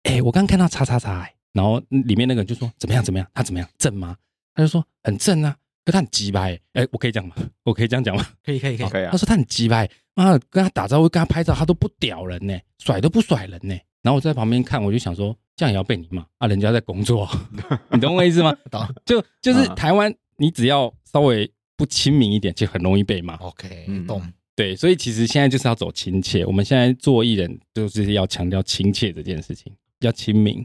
D: 哎、我刚看到叉叉叉、欸。”然后里面那个人就说：“怎么样？怎么样？他怎么样？正吗？”他就说：“很正啊。”可他很鸡掰、欸，哎、我可以讲吗？我可以这样讲吗？
C: 可以可以可以，
B: 可以啊
D: 他，说他很鸡掰，妈的，跟他打招呼、跟他拍照，他都不屌人呢、甩都不甩人呢、然后我在旁边看，我就想说，这样也要被你骂啊？人家在
B: [LAUGHS]
D: 工作，你懂我意思吗？
C: 懂
D: 就就是
B: 嗯
D: 台湾，你只要稍微不亲民一点，就很容易被骂。
C: ，OK，
B: 嗯
C: 懂，
D: 对，所以其实现在就是要走亲切。我们现在做艺人，就是要强调亲切这件事情，要亲民。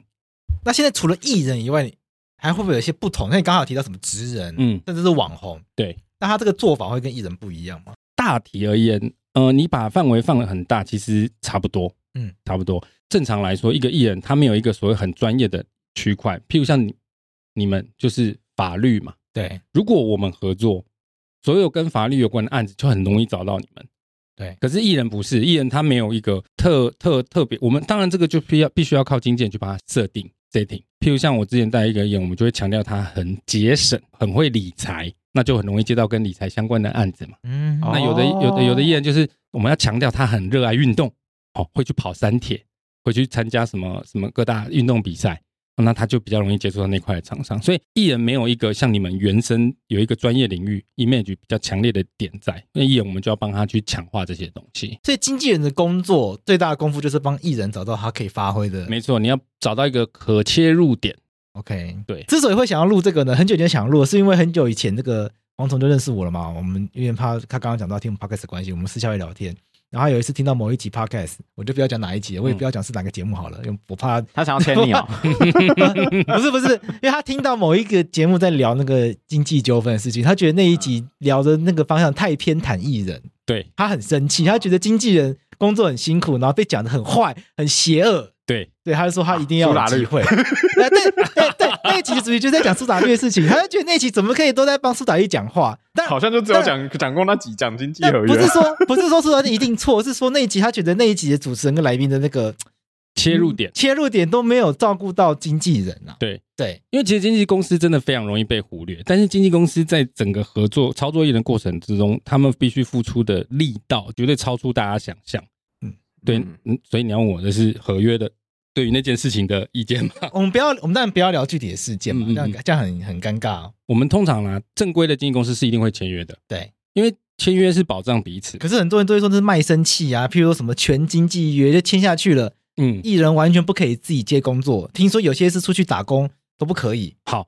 C: 那现在除了艺人以外，你还会不会有一些不同？那你刚好有提到什么职人，
D: 嗯，
C: 甚至是网红，
D: 对。
C: 那他这个做法会跟艺人不一样吗？
D: 大体而言，呃，你把范围放得很大，其实差不多，
C: 嗯，
D: 差不多。正常来说，一个艺人他没有一个所谓很专业的区块，譬如像你你们就是法律嘛，
C: 对
D: 如果我们合作，所有跟法律有关的案子就很容易找到你们。
C: 对
D: 可是艺人不是，艺人他没有一个特特特别，我们当然这个就必要必须要靠经纪人去把它设定 setting。譬如像我之前带一个艺人，我们就会强调他很节省，很会理财，那就很容易接到跟理财相关的案子嘛。
C: 嗯
B: 哦
D: 那有的有的有的艺人就是我们要强调他很热爱运动，哦，会去跑山铁，会去参加什么什么各大运动比赛，哦那他就比较容易接触到那块的厂商。所以艺人没有一个像你们原生有一个专业领域 image 比较强烈的点在，那艺人我们就要帮他去强化这些东西。
C: 所以经纪人的工作最大的功夫就是帮艺人找到他可以发挥的。
D: 没错，你要找到一个可切入点。
C: OK，
D: 对
C: 之所以会想要录这个呢，很久以前想录，是因为很久以前这个黄虫就认识我了嘛。我们因为怕他刚刚讲到听我们 podcast 的关系，我们私下会聊天。然后他有一次听到某一集 podcast，我就不要讲哪一集，我也不要讲是哪个节目好了，因为我怕他
B: 他想要签你
D: [LAUGHS]
B: 哦，
C: 不是不是，因为他听到某一个节目在聊那个经济纠纷的事情，他觉得那一集聊的那个方向太偏袒艺人，
D: 对
C: 他很生气，他觉得经纪人工作很辛苦，然后被讲的很坏、很邪恶，
D: 对，
C: 对，他就说他一定要
D: 啊
C: 有机会。
D: [LAUGHS]
C: 对对对对，那一集主题就在讲苏打绿的事情，他就觉得那一集怎么可以都在帮苏打绿讲话？但
B: 好像就只有讲讲过那几讲经济
C: 但
B: 合
C: 不
D: [LAUGHS]
C: 是
B: 约，
C: 说不是说苏打绿一定错，是说那一集他觉得那一集的主持人跟来宾的那个
D: 切入点。
C: 切入点都没有照顾到经纪人啊。
D: 对
C: 对，
D: 因为其实经纪公司真的非常容易被忽略，但是经纪公司在整个合作操作艺人过程之中，他们必须付出的力道绝对超出大家想象。对，
B: 嗯
D: 嗯，所以你要问我的是合约的对于那件事情的意见吗？ [LAUGHS]
C: 我们不要，我们当然不要聊具体的事件嘛，
D: 嗯嗯
C: 这样这样很很尴尬、哦。
D: 我们通常呢、正规的经纪公司是一定会签约的，
C: 对，
D: 因为签约是保障彼此。
C: 可是很多人都会说这是卖身契啊，譬如说什么全经纪约就签下去了，
D: 嗯，
C: 艺人完全不可以自己接工作。听说有些是出去打工都不可以。
D: 好，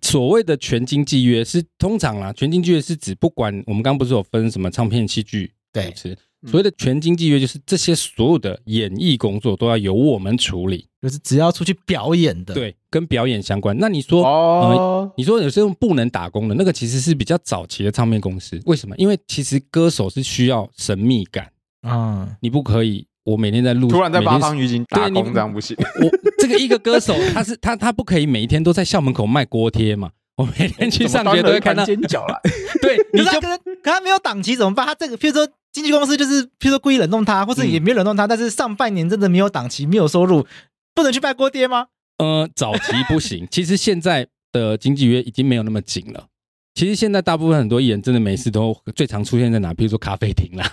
D: 所谓的全经纪约是通常啦、全经纪约是指不管我们刚刚不是有分什么唱片、戏剧、主
C: 对
D: 持，所谓的全经纪约就是这些所有的演艺工作都要由我们处理，
C: 就是只要出去表演的，，
D: 对，跟表演相关。那你说，
B: 哦，
D: 你说有些人不能打工的那个，其实是比较早期的唱片公司。为什么？因为其实歌手是需要神秘感，
C: 嗯，
D: 你不可以，我每天在录，
B: 突然在
D: 每
B: 八
D: 天
B: 方鱼井打
D: 对你
B: 工这样不行，
D: 我这个一个歌手，他是他他不可以每一天都在校门口卖锅贴嘛？我每天去上学都
B: [LAUGHS]
D: 会看到，
B: 尖角了，
D: 对，
C: 可
D: 你
C: 是他
B: [LAUGHS]
D: 就
C: 可能可他没有档期怎么办？他这个譬如说经纪公司就是譬如说故意冷冻他，或是
D: 嗯
C: 也没有冷冻他，但是上半年真的没有档期，没有收入，不能去拜锅爹吗？
D: 呃早期不行。其实现在的经纪约已经没有那么紧了。其实现在大部分很多艺人真的没事都最常出现在哪？比如说咖啡厅啦，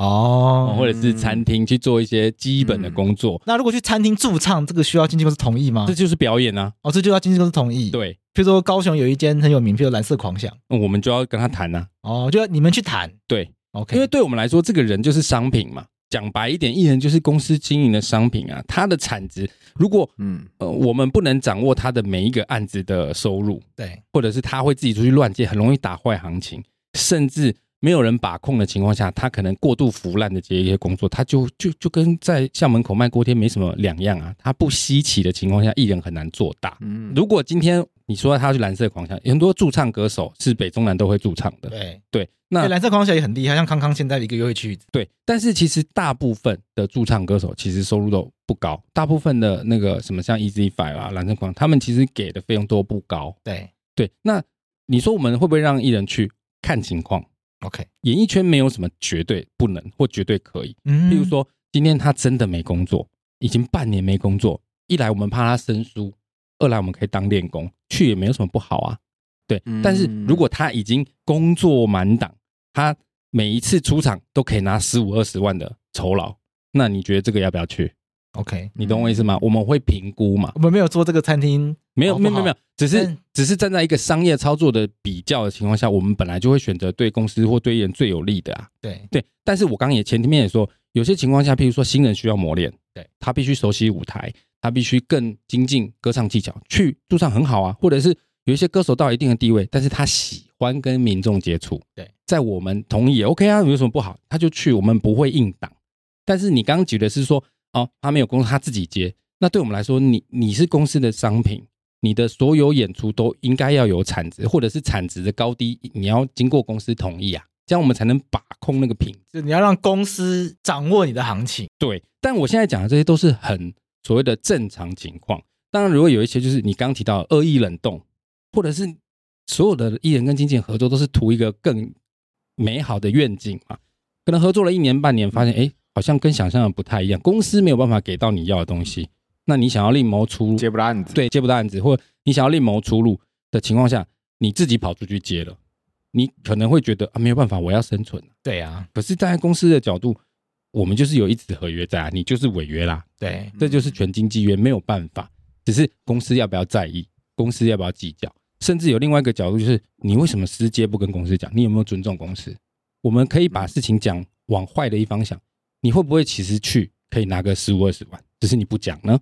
C: 哦
D: 或者是餐厅去做一些基本
B: 嗯
D: 的工作，
C: 那如果去餐厅驻唱，这个需要经纪公司同意吗
D: 这？就是表演啊。
C: 哦，这就要经纪公司同意。，
D: 对，
C: 譬如说高雄有一间很有名，譬如蓝色狂想，
D: 那我们就要跟他谈啊。
C: 哦，就要你们去谈。
D: 对，
C: OK，
D: 因为对我们来说，这个人就是商品嘛。讲白一点，艺人就是公司经营的商品啊。他的产值，如果
B: 嗯，
D: 呃我们不能掌握他的每一个案子的收入，
C: 对
D: 或者是他会自己出去乱接，很容易打坏行情。甚至没有人把控的情况下，他可能过度腐烂的接一些工作，他就就就跟在校门口卖锅贴没什么两样啊。他不稀奇的情况下，艺人很难做大。
B: 嗯，
D: 如果今天你说他去蓝色狂想，很多驻唱歌手是北中南都会驻唱的，
C: 对，
D: 对，
C: 对，
D: 那
C: 蓝色狂想也很厉害，像康康现在一个约会去，
D: 对，但是其实大部分的驻唱歌手其实收入都不高，大部分的那个什么像 Easy Five 啊、蓝色狂，他们其实给的费用都不高。
C: 对
D: 对，那你说我们会不会让艺人去看情况？
C: ，OK，
D: 演艺圈没有什么绝对不能或绝对可以。
C: 嗯
D: 譬如说，今天他真的没工作，已经半年没工作，一来我们怕他生疏，二来我们可以当练功，去也没有什么不好啊。对，
B: 嗯
D: 但是如果他已经工作满档，他每一次出场都可以拿十五二十万的酬劳，那你觉得这个要不要去？
C: 嗯 OK，
D: 你懂我意思吗？我们会评估嘛？
C: 我们没有做这个餐厅，
D: 没有，
C: 好
D: 没
C: 不
D: 有，没有，没有，只是
C: 但
D: 只是站在一个商业操作的比较的情况下，我们本来就会选择对公司或对艺人最有利的啊。
C: 对
D: 对，但是我刚刚也前面也说，有些情况下，譬如说新人需要磨练，
C: 对
D: 他必须熟悉舞台，他必须更精进歌唱技巧，去驻唱很好啊，或者是有一些歌手到一定的地位，但是他喜欢跟民众接触，
C: 对，
D: 在我们同意也 OK 啊，有什么不好，他就去，我们不会硬挡。但是你刚刚举的是说，哦，他没有公司，他自己接，那对我们来说，你你是公司的商品。你的所有演出都应该要有产值，或者是产值的高低，你要经过公司同意啊，这样我们才能把控那个品
C: 就你要让公司掌握你的行情，
D: 对，但我现在讲的这些都是很所谓的正常情况。当然，如果有一些就是你刚提到的恶意冷冻，或者是所有的艺人跟经纪人合作都是图一个更美好的愿景嘛，可能合作了一年半年，发现哎，诶好像跟想象的不太一样，公司没有办法给到你要的东西，那你想要另谋出路，
B: 接不到案子，，
D: 对，接不到案子，或你想要另谋出路的情况下，你自己跑出去接了，你可能会觉得啊，没有办法，我要生存。
C: 对啊，
D: 可是站在公司的角度，我们就是有一纸合约在啊，你就是违约啦，
C: 对，
D: 这
B: 嗯
D: 就是全经纪约，没有办法。只是公司要不要在意，公司要不要计较，甚至有另外一个角度就是，你为什么私接不跟公司讲？你有没有尊重公司？我们可以把事情讲往坏的一方想，你会不会其实去可以拿个十五二十万，只是你不讲呢？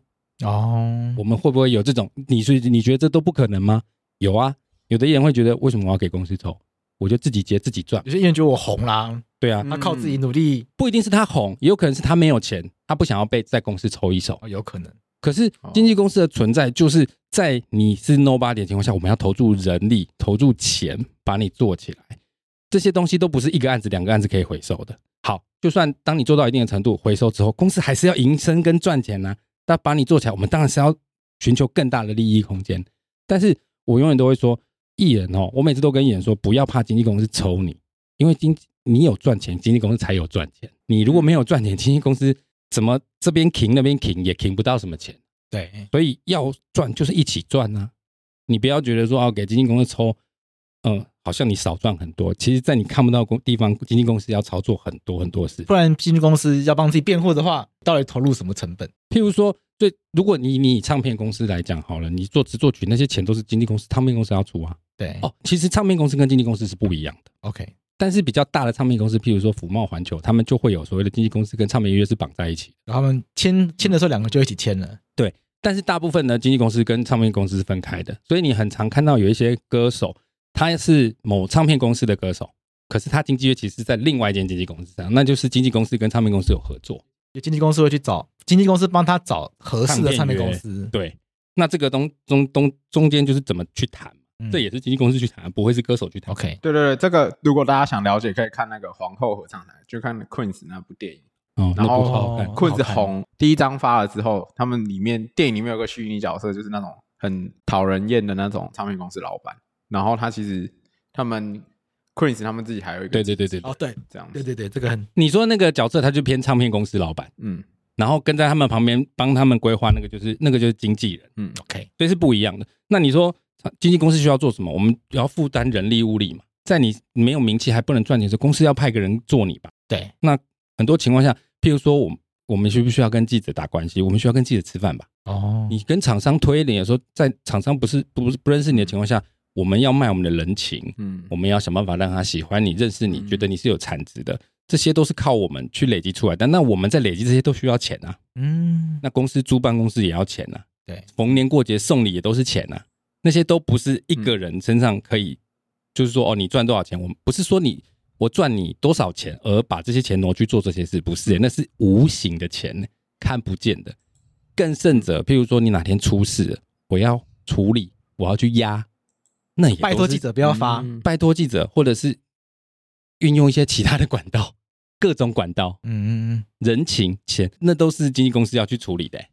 C: 哦，
D: 我们会不会有这种？你是你觉得这都不可能吗？有啊，有的艺人会觉得为什么我要给公司抽？我就自己接自己赚。
C: 有些艺人觉得我红啦，
D: 对啊，
B: 嗯
C: 他靠自己努力，
D: 不一定是他红，也有可能是他没有钱，他不想要被在公司抽一手。
C: 哦，有可能，
D: 可是经纪公司的存在，就是在你是 nobody 的情况下，我们要投注人力、投注钱把你做起来。这些东西都不是一个案子、两个案子可以回收的。好，就算当你做到一定的程度，回收之后，公司还是要营生跟赚钱呐、那把你做起来，我们当然是要寻求更大的利益空间。但是我永远都会说，艺人哦，我每次都跟艺人说，不要怕经纪公司抽你，因为经你有赚钱，经纪公司才有赚钱。你如果没有赚钱，经纪公司怎么这边停那边停也停不到什么钱。
C: 对，
D: 所以要赚就是一起赚啊！你不要觉得说哦，给经纪公司抽，嗯，好像你少赚很多。其实，在你看不到公地方，经纪公司要操作很多很多事。
C: 不然经纪公司要帮自己辩护的话，到底投入什么成本？
D: 譬如说，最如果你你以唱片公司来讲好了，你做制作曲那些钱都是经纪公司、唱片公司要出啊。
C: 对
D: 哦，其实唱片公司跟经纪公司是不一样的。
C: ，OK，
D: 但是比较大的唱片公司，譬如说福茂、环球，他们就会有所谓的经纪公司跟唱片约是绑在一起的。
C: 然后他们签签的时候，两个就一起签了，
D: 但是大部分呢，经纪公司跟唱片公司是分开的，所以你很常看到有一些歌手，他是某唱片公司的歌手，可是他经纪约其实是在另外一间经纪公司上，那就是经纪公司跟唱片公司有合作。
C: 有经纪公司会去找经纪公司帮他找合适的
D: 唱
C: 唱
D: 片
C: 片
D: 约
C: 公司，
D: 对，那这个东中东中间就是怎么去谈，
C: 嗯
D: 这也是经纪公司去谈，不会是歌手去谈。
C: OK，
B: 对对对，这个嗯如果大家想了解，可以看那个皇后合唱团，就看 Queen 那部电影。
D: 哦，那
B: 然后
D: 不好看。
B: Queen
C: 好看
B: 红第一章发了之后，他们里面电影里面有个虚拟角色，就是那种很讨人厌的那种唱片公司老板。然后他其实他们 Queen 他们自己还有一个
D: 对对对对，对
C: 哦，对，
B: 这样
C: 对
B: 子，
C: 对对，这个很
D: 你说那个角色他就偏唱片公司老板，
B: 嗯
D: 然后跟在他们旁边帮他们规划那个就是那个就是经纪人。
B: 嗯，
C: OK，
D: 所以是不一样的。那你说经纪公司需要做什么？我们要负担人力物力嘛，在你没有名气还不能赚钱的时候，公司要派个人做你吧。
C: 对，
D: 很多情况下，譬如说我们我们需不需要跟记者打关系？我们需要跟记者吃饭吧？
C: 哦，
D: 你跟厂商推脸的时候，在厂商不是不是不认识你的情况下，我们要卖我们的人情，
B: 嗯
D: 我们要想办法让他喜欢你、认识你，
B: 嗯
D: 觉得你是有产值的。这些都是靠我们去累积出来，但那我们在累积这些都需要钱啊。
C: 嗯，
D: 那公司租办公室也要钱呐、
C: 对，
D: 逢年过节送礼也都是钱啊呐、
C: 嗯
D: 那些都不是一个人身上可以，就是说哦，你赚多少钱，我们不是说你我赚你多少钱，而把这些钱挪去做这些事，不
C: 嗯
D: 是、那是无形的钱，看不见的。更甚
C: 嗯
D: 者，譬如说你哪天出事了，我要处理，我要去压，那也都
C: 拜托
D: 是
C: 记者不要发。
B: 嗯
D: 拜托记者，或者是运用一些其他的管道，各种管道，
C: 嗯嗯嗯，
D: 人情钱，那都是经纪公司要去处理的、欸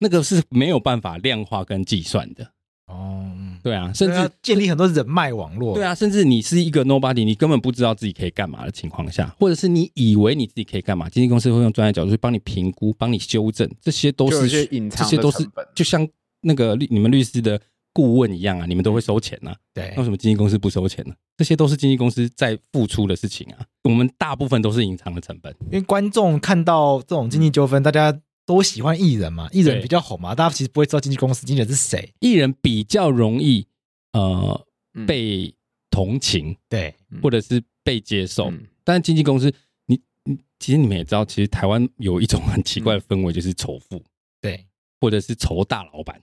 D: 那个是没有办法量化跟计算的。
C: 哦，嗯
D: 对啊，甚
C: 对啊
D: 至
C: 建立很多人脉网络。
D: 对，啊，甚至你是一个 nobody，你根本不知道自己可以干嘛的情况下，或者是你以为你自己可以干嘛，经纪公司会用专业角度去帮你评估、帮你修正，这些都
B: 就有
D: 是
B: 一些隐
D: 这
B: 藏的
D: 些都是
B: 成本
D: 就像那个律你们律师的顾问一样啊，你们都会收钱啊。
C: 对
B: 哎
D: 那为，什么经纪公司不收钱呢？这些都是经纪公司在付出的事情啊，我们大部分都是隐藏的成本。
C: 因为观众看到这种经济纠纷，大家都喜欢艺人嘛，艺人
D: 对
C: 比较红嘛，大家其实不会知道经纪公司经纪人是谁。
D: 艺人比较容易呃
B: 嗯
D: 被同情
C: 对，
D: 或者是被接受，
B: 嗯
D: 但经纪公司你你其实你们也知道，其实台湾有一种很奇怪的氛围，就是仇富
C: 对，
D: 或者是仇大老板，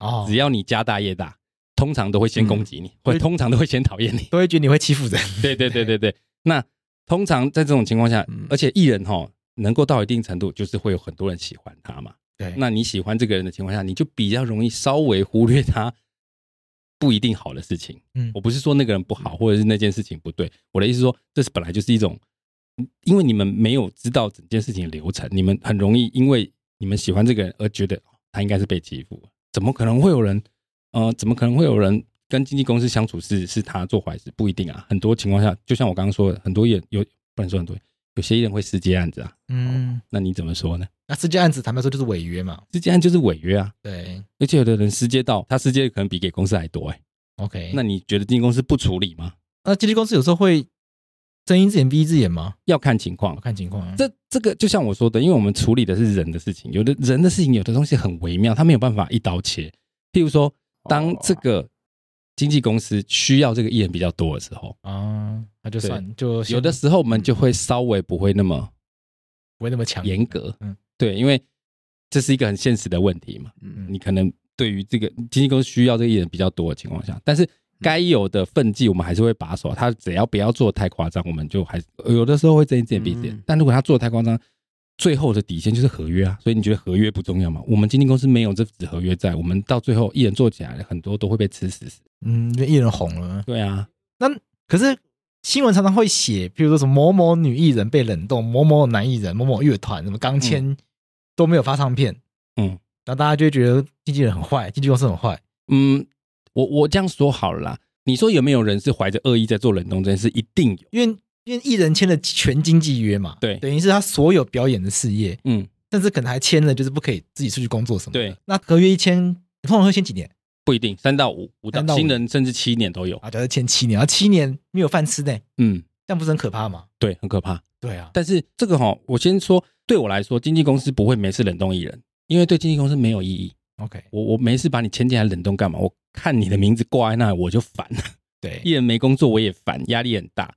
C: 哦
D: 只，要你家大业大，通常都会先攻击你，或者通常都会先讨厌你。
C: 都会觉得你会欺负人。
D: 对对对对对。那通常在这种情况下
B: 嗯，
D: 而且艺人哈能够到一定程度，就是会有很多人喜欢他嘛。
C: [LAUGHS] 对，
D: 那你喜欢这个人的情况下，你就比较容易稍微忽略他不一定好的事情。
C: 嗯
D: 我不是说那个人不好，或者是那件事情不对，我的意思是说，这是本来就是一种，嗯因为你们没有知道整件事情的流程，你们很容易因为你们喜欢这个人而觉得哦他应该是被欺负，怎么可能会有人？呃，怎么可能会有人跟经纪公司相处是是他做坏事？不一定啊，很多情况下，就像我刚刚说的，很多艺人有不能说很多，有些艺人会私接案子啊，
C: 嗯，
D: 那你怎么说呢？
C: 那这件案子坦白说就是违约嘛。
D: 私接案就是违约啊，
C: 对
D: 而且有的人私接到他私接可能比给公司还多哎、
C: ，OK。
D: 那你觉得经纪公司不处理吗？
C: 那经纪公司有时候会睁一只眼闭一只眼吗？
D: 要看情况
C: 我，看情况啊。
D: 这这个就像我说的，因为我们处理的是人的事情，有的人的事情，有的东西很微妙，他没有办法一刀切。譬如说，当这个经纪公司需要这个艺人比较多的时候，
C: 啊，那就
D: 对
C: 算就先
D: 有的时候我们就会稍微不会那么
C: 不会那么强
D: 严格，
C: 嗯
D: 对，因为这是一个很现实的问题嘛。
B: 嗯
D: 你可能对于这个经纪公司需要这个艺人比较多的情况下，但是该有的分际我们还是会把守，他只要不要做得太夸张，我们就还是有的时候会睁一只眼闭一只眼
B: 嗯。
D: 但如果他做的太夸张，最后的底线就是合约啊。所以你觉得合约不重要吗？我们经纪公司没有这纸合约在，我们到最后艺人做起来了很多都会被吃死死。
C: 嗯，因为艺人红了。
D: 对啊，
C: 可是新闻常常会写，比如说什么某某女艺人被冷冻，某某男艺人、某某乐团，什么刚签、都没有发唱片，
D: 嗯
C: 然后大家就会觉得经纪人很坏，经纪公司很坏。
D: 嗯，我我这样说好了啦。你说有没有人是怀着恶意在做冷冻这件事？一定有。
C: 因为因为艺人签了全经纪约嘛，
D: 对
C: 等于是他所有表演的事业，
D: 嗯，
C: 甚至可能还签了就是不可以自己出去工作什么的。
D: 对，
C: 那合约一签，通常会签几年
D: 不一定，三到五，五到
C: 三到五
D: 新人甚至七年都有。
C: 啊？假设签七年，然后七年没有饭吃呢，
D: 嗯，
C: 这样不是很可怕吗？
D: 对，很可怕。
C: 对啊，
D: 但是这个哈、我先说，对我来说，经纪公司不会没事冷冻艺人，因为对经纪公司没有意义。
C: OK，
D: 我我没事把你签进来冷冻干嘛？我看你的名字挂在那，我就烦。艺
C: 对，
D: 人没工作我也烦，压力很大。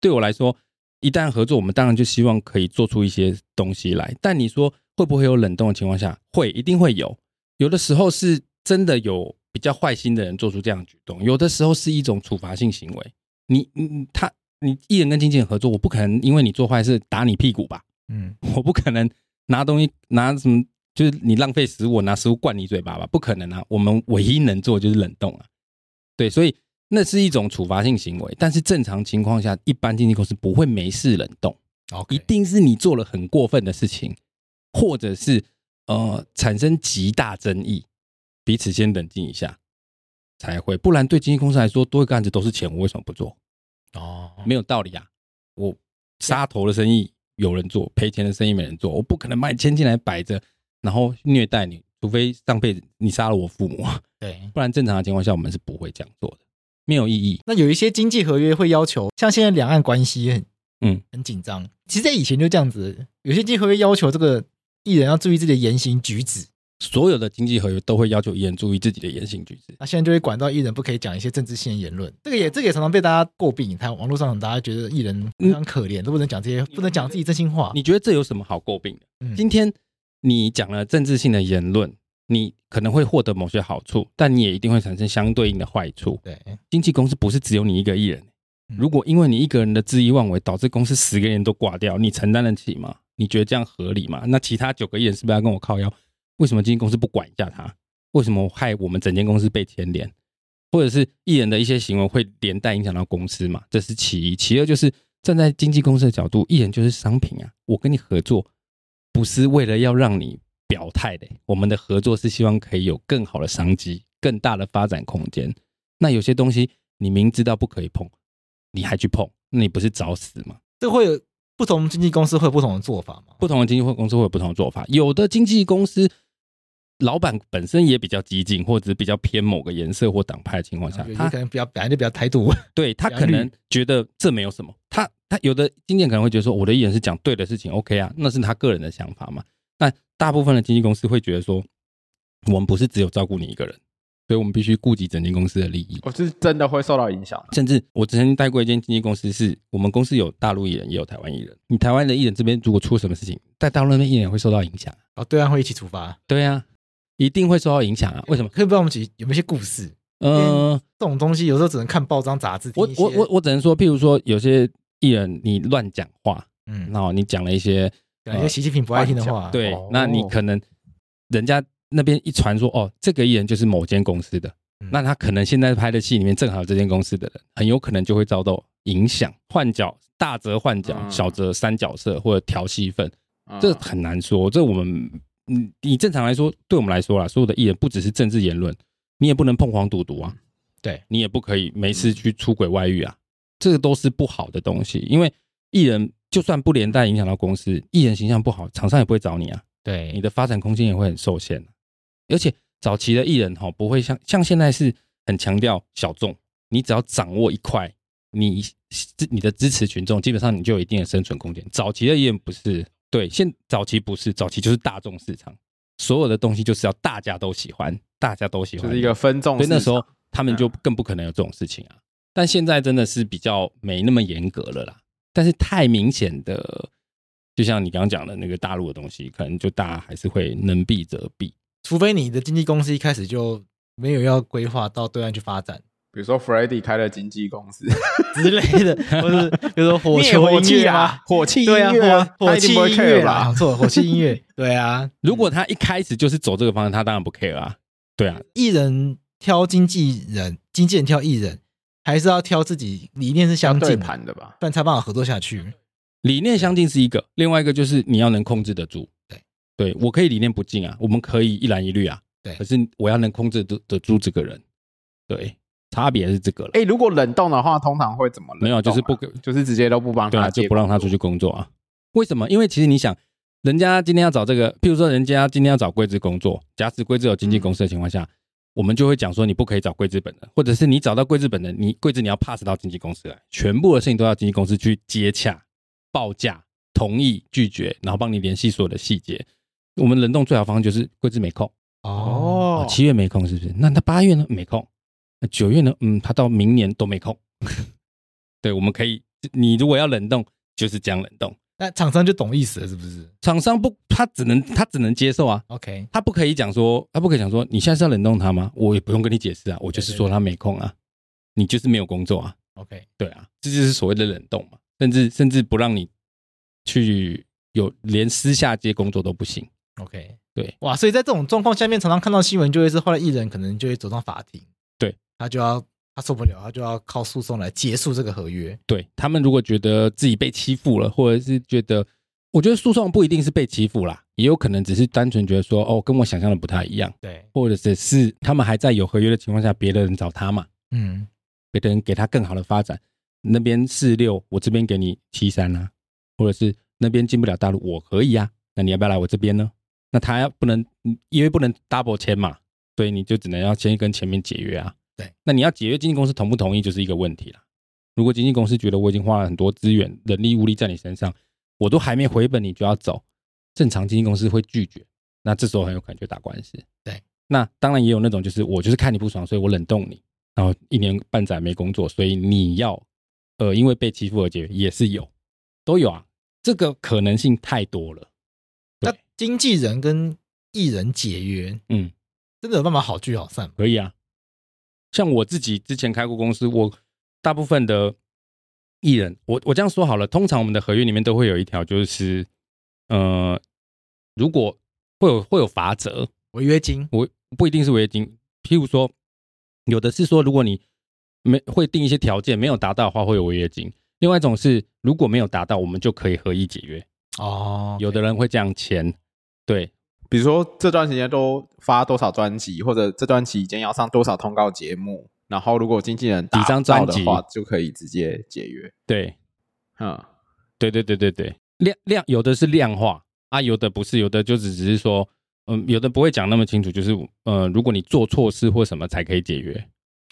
D: 对我来说，一旦合作，我们当然就希望可以做出一些东西来。但你说会不会有冷冻的情况下？会，一定会有。有的时候是真的有比较坏心的人做出这样的举动，有的时候是一种处罚性行为。你你你他你艺人跟经纪人合作，我不可能因为你做坏事打你屁股吧？
C: 嗯，
D: 我不可能拿东西拿什么，就是你浪费食物，我拿食物灌你嘴巴吧，不可能啊！我们唯一能做就是冷冻啊，对，所以那是一种处罚性行为，但是正常情况下，一般经纪公司不会没事冷冻，
C: o k
D: 一定是你做了很过分的事情，或者是呃产生极大争议，彼此先冷静一下才会，不然对经纪公司来说，多一个案子都是钱，我为什么不做？
C: 哦，
D: 没有道理啊！我杀头的生意有人做，赔钱的生意没人做，我不可能把你牵进来摆着，然后虐待你，除非上辈子你杀了我父母，啊， [LAUGHS]
C: 对。
D: 不然正常的情况下我们是不会这样做的，没有意义。
C: 那有一些经济合约会要求，像现在两岸关系很
D: 嗯
C: 很紧张，其实在以前就这样子，有些经济合约要求这个艺人要注意自己的言行举止，
D: 所有的经济合约都会要求艺人注意自己的言行举止，
C: 那现在就会管到艺人不可以讲一些政治性的言论，这个也这个也常常被大家诟病。看网络上大家觉得艺人非常可怜，都不能讲这些，不能讲自己真心话。
D: 嗯你觉得这有什么好诟病的？
C: 嗯
D: 今天你讲了政治性的言论，你可能会获得某些好处，但你也一定会产生相对应的坏处。
C: 对，
D: 经纪公司不是只有你一个艺人，如果因为你一个人的恣意妄为，导致公司十个人都挂掉，你承担得起吗？你觉得这样合理吗？那其他九个艺人是不是要跟我靠腰？为什么经纪公司不管一下他？为什么害我们整间公司被牵连？或者是艺人的一些行为会连带影响到公司嘛？这是其一。其二就是站在经纪公司的角度，艺人就是商品啊。我跟你合作不是为了要让你表态的，我们的合作是希望可以有更好的商机、更大的发展空间。那有些东西你明知道不可以碰，你还去碰，那你不是找死吗？
C: 这会有不同经纪公司会有不同的做法吗？
D: 不同的经纪公司会有不同的做法，有的经纪公司老板本身也比较激进，或者是比较偏某个颜色或党派的情况下，
C: 啊有些
D: 哦他
C: 可能比较本来就比较台
D: [LAUGHS]
C: 独，
D: 对他
C: 比较
D: 可能
C: 绿
D: 觉得这没有什么，他他有的经纪人可能会觉得说，我的艺人是讲对的事情，OK 啊，那是他个人的想法嘛。那大部分的经纪公司会觉得说，我们不是只有照顾你一个人，所以我们必须顾及整间公司的利益。
B: 我哦是真的会受到影响的。
D: 甚至我曾经带过一间经纪公司是，我们公司有大陆艺人，也有台湾艺人。你台湾的艺人这边如果出什么事情，在大陆那边艺人也会受到影响。
C: 然后哦对岸会一起处罚。
D: 对啊，一定会受到影响啊。为什么？
C: 可以帮我们举有没有一些故事？
D: 嗯、呃，
C: 这种东西有时候只能看报章杂志。
D: 我
C: 听一些
D: 我我，我只能说，譬如说有些艺人你乱讲话，
C: 嗯，啊
D: 然后你讲了一些
C: 讲一些习近平不爱听的话，
D: 对
B: 哦，
D: 那你可能人家那边一传说哦，这个艺人就是某间公司的，
C: 嗯
D: 那他可能现在拍的戏里面正好有这间公司的人，很有可能就会遭到影响，换角大则换
C: 啊
D: 角，
B: 嗯
D: 小则三角色或者调戏份，
B: 嗯
D: 这很难说。这我们嗯，你正常来说，对我们来说啦，所有的艺人不只是政治言论，你也不能碰黄赌毒啊，
C: 对
D: 你也不可以没事去出轨外遇啊，这个都是不好的东西。因为艺人就算不连带影响到公司，艺人形象不好，厂商也不会找你啊，
C: 对
D: 你的发展空间也会很受限。而且早期的艺人哈、不会像像现在是很强调小众，你只要掌握一块，你你的支持群众，基本上你就有一定的生存空间。早期的艺人不是，对，现早期不是，早期就是大众市场，所有的东西就是要大家都喜欢，大家都喜欢，
B: 就是一个分众
D: 所
B: 市
D: 以
B: 场。
D: 那时候他们就更不可能有这种事情啊。但现在真的是比较没那么严格了啦。但是太明显的，就像你刚刚讲的那个大陆的东西，可能就大家还是会能避则避。
C: 除非你的经纪公司一开始就没有要规划到对岸去发展
B: 比如说 f r e d d y 开了经纪公司，
C: 之类的，或是比如说火
B: 灭
C: 球
B: [LAUGHS] 火
C: 音
B: 器
C: 乐啊
B: 啊，，火器音
C: 对啊，
B: 乐啊，
C: 火火
B: 他一定
C: 器
B: 不会
C: 音乐
B: care
C: 啦，
B: 吧
C: 讲？错了，火器音
B: [LAUGHS]
C: 乐，对啊，
D: 如果他一开始就是走这个方向，他当然不 care 啊。对啊，
C: 艺人挑经纪人，经纪人挑艺人，还是要挑自己理念是相
B: 对
C: 近的，
B: 盘的吧？
C: 不然才办法合作下去。
D: 理念相近是一个，另外一个就是你要能控制得住。
C: 对，
D: 对我可以理念不近啊，我们可以一蓝一绿啊。
C: 对
D: 可是我要能控制得得住这个人。对，差别是这个了。
B: 哎，如果冷冻的话，通常会怎么冷冻啊？
D: 没有就是不给
B: 就是直接都不帮
D: 对
B: 他
D: 啊，
B: 接，
D: 就不让他出去工作啊。为什么？因为其实你想，人家今天要找这个，譬如说人家今天要找桂枝工作，假使桂枝有经纪公司的情况下，我们就会讲说你不可以找桂枝本人，或者是你找到桂枝本人，你桂枝你要 pass 到经纪公司来，全部的事情都要经纪公司去接洽、报价、同意、拒绝，然后帮你联系所有的细节。我们冷冻最好方式就是桂枝没空，哦
B: 哦，
D: 七月没空是不是？那他八月呢？没空。那九月呢？嗯，他到明年都没空。 [LAUGHS] 对，我们可以，你如果要冷冻，就是这样冷冻。
C: 那厂商就懂意思了，是不是
D: 厂商不，他只能他只能接受啊，
C: ？OK，
D: 他不可以讲说，他不可以讲说，你现在是要冷冻他吗？我也不用跟你解释啊，我就是说他没空啊，你就是没有工作啊，
C: OK，
D: 对啊，这就是所谓的冷冻嘛，甚至甚至不让你去有连私下接工作都不行。
C: OK，
D: 对，
C: 哇，所以在这种状况下面，常常看到新闻就会是后来艺人可能就会走上法庭，
D: 对
C: 他就要他受不了，他就要靠诉讼来结束这个合约。
D: 对他们如果觉得自己被欺负了，或者是觉得，我觉得诉讼不一定是被欺负啦，也有可能只是单纯觉得说，哦，跟我想象的不太一样，
C: 对，
D: 或者只是他们还在有合约的情况下，别的人找他嘛，
C: 嗯，
D: 别的人给他更好的发展，那边四六，我这边给你七三啦，或者是那边进不了大陆，我可以啊，那你要不要来我这边呢？那他要不能，因为不能 double 签嘛，所以你就只能要先跟前面解约啊。
C: 对，
D: 那你要解约，经纪公司同不同意就是一个问题啦。如果经纪公司觉得我已经花了很多资源、人力物力在你身上，我都还没回本你就要走，正常经纪公司会拒绝，那这时候很有可能就打官司。
C: 对，
D: 那当然也有那种就是我就是看你不爽，所以我冷冻你，然后一年半载没工作，所以你要呃因为被欺负而解约也是有，都有啊，这个可能性太多了。对
C: 那经纪人跟艺人解约，
D: 嗯，
C: 真的有办法好聚好散吗？
D: 可以啊。像我自己之前开过公司，我大部分的艺人，我我这样说好了，通常我们的合约里面都会有一条，就是呃，如果会有会有罚则，
C: 违约金，
D: 我不一定是违约金，譬如说，有的是说，如果你没会定一些条件，没有达到的话会有违约金；，另外一种是如果没有达到，我们就可以合意解约。
C: 哦，
D: 有的人会这样签，对，
B: 比如说这段时间都发多少专辑，或者这段期间要上多少通告节目，然后如果经纪人打
D: 几张
B: 照
D: 专
B: 的
D: 辑
B: 话，就可以直接解约。
D: 对，
B: 嗯，
D: 对对对对对，量量有的是量化啊，有的不是，有的就只只是说，嗯，有的不会讲那么清楚，就是呃，如果你做错事或什么才可以解约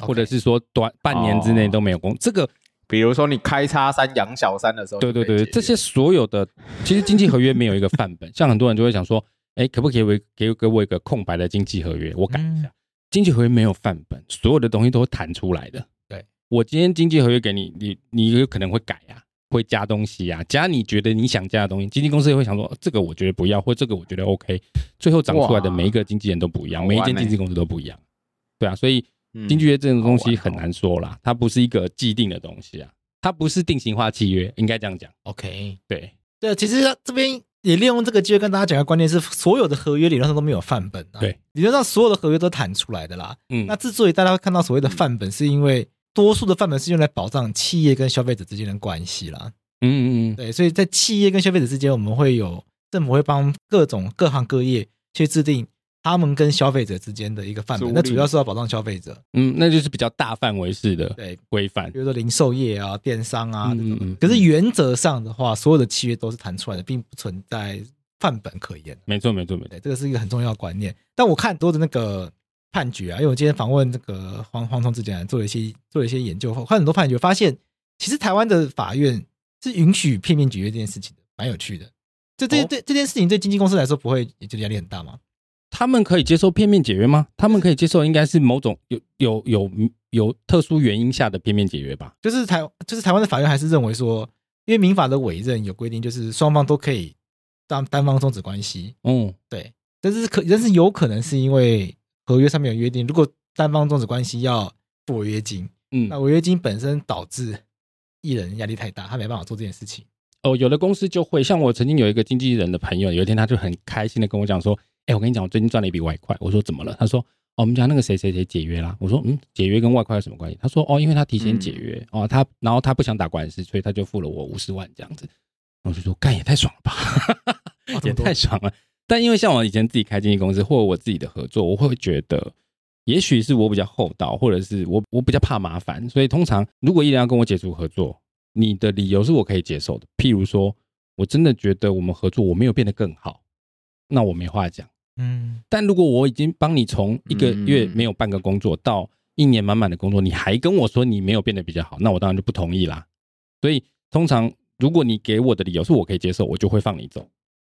C: OK
D: 或者是说短半年之内都没有工，这个
B: 比如说你开叉三养小三的时候，
D: 对对
B: 就可以解
D: 对，
B: 约
D: 这些所有的其实经济合约没有一个范
B: [LAUGHS]
D: 本，像很多人就会想说，哎，可不可以给给给我一个空白的经济合约，我改
B: 嗯
D: 一下。经济合约没有范本，所有的东西都是弹出来的。
C: 对
D: 我今天经济合约给你，你你有可能会改啊，会加东西啊，加你觉得你想加的东西。经纪公司也会想说，哦这个我觉得不要，或这个我觉得 OK。最后长出来的
B: 哇
D: 每一个经纪人都不一样，
B: 好
D: 每一
B: 玩
D: 间
B: 欸
D: 经纪公司都不一样。对啊，所以
B: 嗯
D: 经济约这种东
B: 好
D: 西
B: 玩
D: 很难说啦，它不是一个既定的东西啊，它不是定型化契约，应该这样讲。
C: ，OK，
D: 对，
C: 对，其实这边也利用这个机会跟大家讲个观念是，所有的合约理论上都没有范本啊，
D: 对，
C: 理论上所有的合约都弹出来的啦。
D: 嗯，
C: 那之所以大家会看到所谓的范本，是因为多数的范本是用来保障企业跟消费者之间的关系啦。
D: 嗯嗯嗯，
C: 对，所以在企业跟消费者之间，我们会有政府会帮各种各行各业去制定他们跟消费者之间的一个范
B: 租
C: 本，
B: 赁
C: 那主要是要保障消费者。
D: 嗯，那就是比较大范围式的
C: 对，
D: 规范
C: 比。如说零售业啊、电商啊这
D: 嗯
C: 种
D: 嗯嗯。
C: 可是原则上的话，所有的契约都是谈出来的，并不存在范本可言。
D: 没错，没错，没错。
C: 对，这个是一个很重要的观念。但我看很多的那个判决啊，因为我今天访问这个黄黄崇志检察做了一些做了一些研究，我看很多判决，发现其实台湾的法院是允许片面解约这件事情的，蛮有趣的。这这
D: 哦
C: 这这件事情对经纪公司来说不会就压力很大吗？
D: 他们可以接受片面解约吗？他们可以接受应该是某种有有有有特殊原因下的片面解约吧？
C: 就是台就是台湾的法院还是认为说，因为民法的委任有规定，就是双方都可以当单方终止关系，
D: 嗯，
C: 对，但是可但是有可能是因为合约上面有约定，如果单方终止关系要付违约金，
D: 嗯
C: 那违约金本身导致艺人压力太大，他没办法做这件事情。
D: 哦，有的公司就会像我曾经有一个经纪人的朋友，有一天他就很开心的跟我讲说：“哎，我跟你讲，我最近赚了一笔外快。”我说：“怎么了？”他说：“哦，我们家那个谁谁谁解约啦。”我说：“嗯，解约跟外快有什么关系？”他说：“哦，因为他提前解约，哦，他然后他不想打官司，所以他就付了我五十万这样子。”我就说：“干也太爽了吧，
C: 哦这
D: 也
C: 么多
D: 太爽了。”但因为像我以前自己开经纪公司或者我自己的合作，我会觉得，也许是我比较厚道，或者是我我比较怕麻烦，所以通常如果艺人要跟我解除合作，你的理由是我可以接受的。譬如说，我真的觉得我们合作我没有变得更好，那我没话讲。
C: 嗯，
D: 但如果我已经帮你从一个月没有半个工作到一年满满的工作，你还跟我说你没有变得比较好，那我当然就不同意啦。所以通常如果你给我的理由是我可以接受，我就会放你走，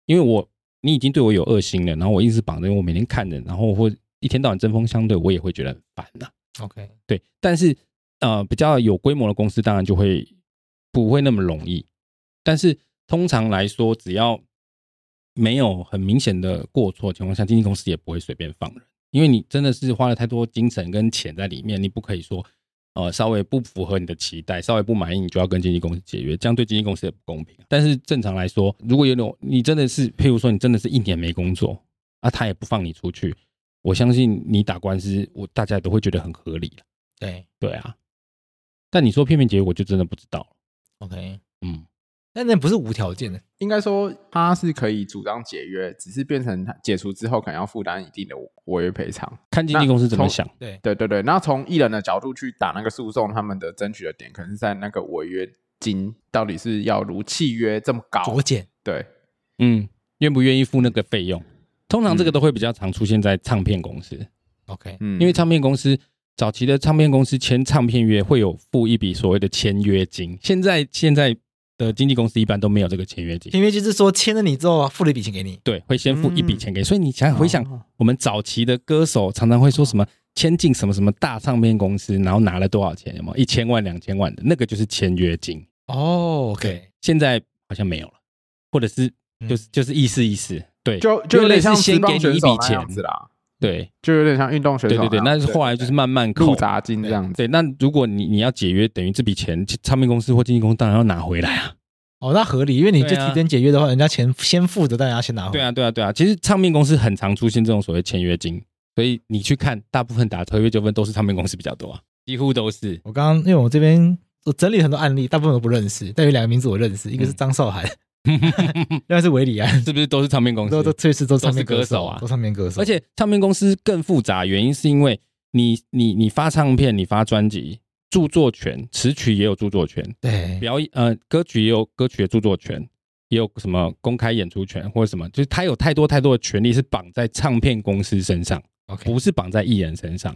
D: 因为我你已经对我有恶心了，然后我一直绑着，因为我每天看着，然后或一天到晚针锋相对，我也会觉得很烦啊呐、
C: OK，
D: 对，但是呃，比较有规模的公司当然就会不会那么容易，但是通常来说，只要没有很明显的过错的情况下，经纪公司也不会随便放人，因为你真的是花了太多精神跟钱在里面，你不可以说呃稍微不符合你的期待，稍微不满意你就要跟经纪公司解约，这样对经纪公司也不公平。啊但是正常来说，如果有种你真的是，譬如说你真的是一年没工作啊，他也不放你出去。我相信你打官司，我大家都会觉得很合理啦
C: 对
D: 对啊，但你说片面结约，我就真的不知道了。
C: ，OK，
D: 嗯，
C: 但那不是无条件的，
B: 应该说他是可以主张解约，只是变成他解除之后可能要负担一定的违约赔偿。
D: 看经纪公司怎么想。
C: 对，
B: 对对对，那从艺人的角度去打那个诉讼，他们的争取的点可能是在那个违约金到底是要如契约这么高？
C: 酌减，
B: 对，
D: 嗯，愿不愿意付那个费用？通常这个都会比较常出现在唱片公司，
C: OK，
B: 嗯，
D: 因为唱片公司早期的唱片公司签唱片约会有付一笔所谓的签约金，现在现在的经纪公司一般都没有这个签约金。
C: 偏偏就是说签了你之后付了一笔钱给你，
D: 对，会先付一笔
B: 嗯
D: 钱给你，所以你想回想
B: 哦
D: 我们早期的歌手常常会说什么签进什么什么大唱片公司，然后拿了多少钱，有没有一千万、两千万的那个就是签约金。
C: 哦，OK，
D: 现在好像没有了，或者是
C: 嗯
D: 就是就是意思意思，对，
B: 就就有
D: 类
B: 点
D: 似
B: 像
D: 先
B: 职
D: 给
B: 棒
D: 你
B: 选
D: 一
B: 手
D: 笔
B: 那
D: 钱
B: 样，子啦，
D: 对
B: 就有点像运动选手
D: 对对对，
B: 那
D: 那
B: 样
D: 是后来就是慢慢扣
B: 入。闸金这样子。
D: 对，那如果你你要解约，等于这笔钱，唱片公司或经纪公司当然要拿回来啊。
C: 哦，那合理，因为你就
D: 对啊
C: 提前解约的话，人家钱先付的，但人家先
B: 嗯
C: 拿回。
D: 对啊，对啊，对啊。其实唱片公司很常出现这种所谓签约金，所以你去看，大部分打合约纠纷都是唱片公司比较多啊，几乎都是。
C: 我刚刚因为我这边我整理很多案例，大部分我都不认识，但有两个名字我认识，
D: 嗯
C: 一个是张韶
D: [LAUGHS]
C: 涵，另外是韦礼安，
D: 是不是都是唱片公司？
C: 都都这次都是唱片
D: 都是歌手
C: 手
D: 啊
C: 都唱片歌手，
D: 而且唱片公司更复杂，原因是因为你你你发唱片，你发专辑，著作权词曲也有著作权，
C: 对
D: 表演呃歌曲也有歌曲的著作权，也有什么公开演出权或者什么，就是它有太多太多的权利是绑在唱片公司身上，
C: ，OK，
D: 不是绑在艺人身上。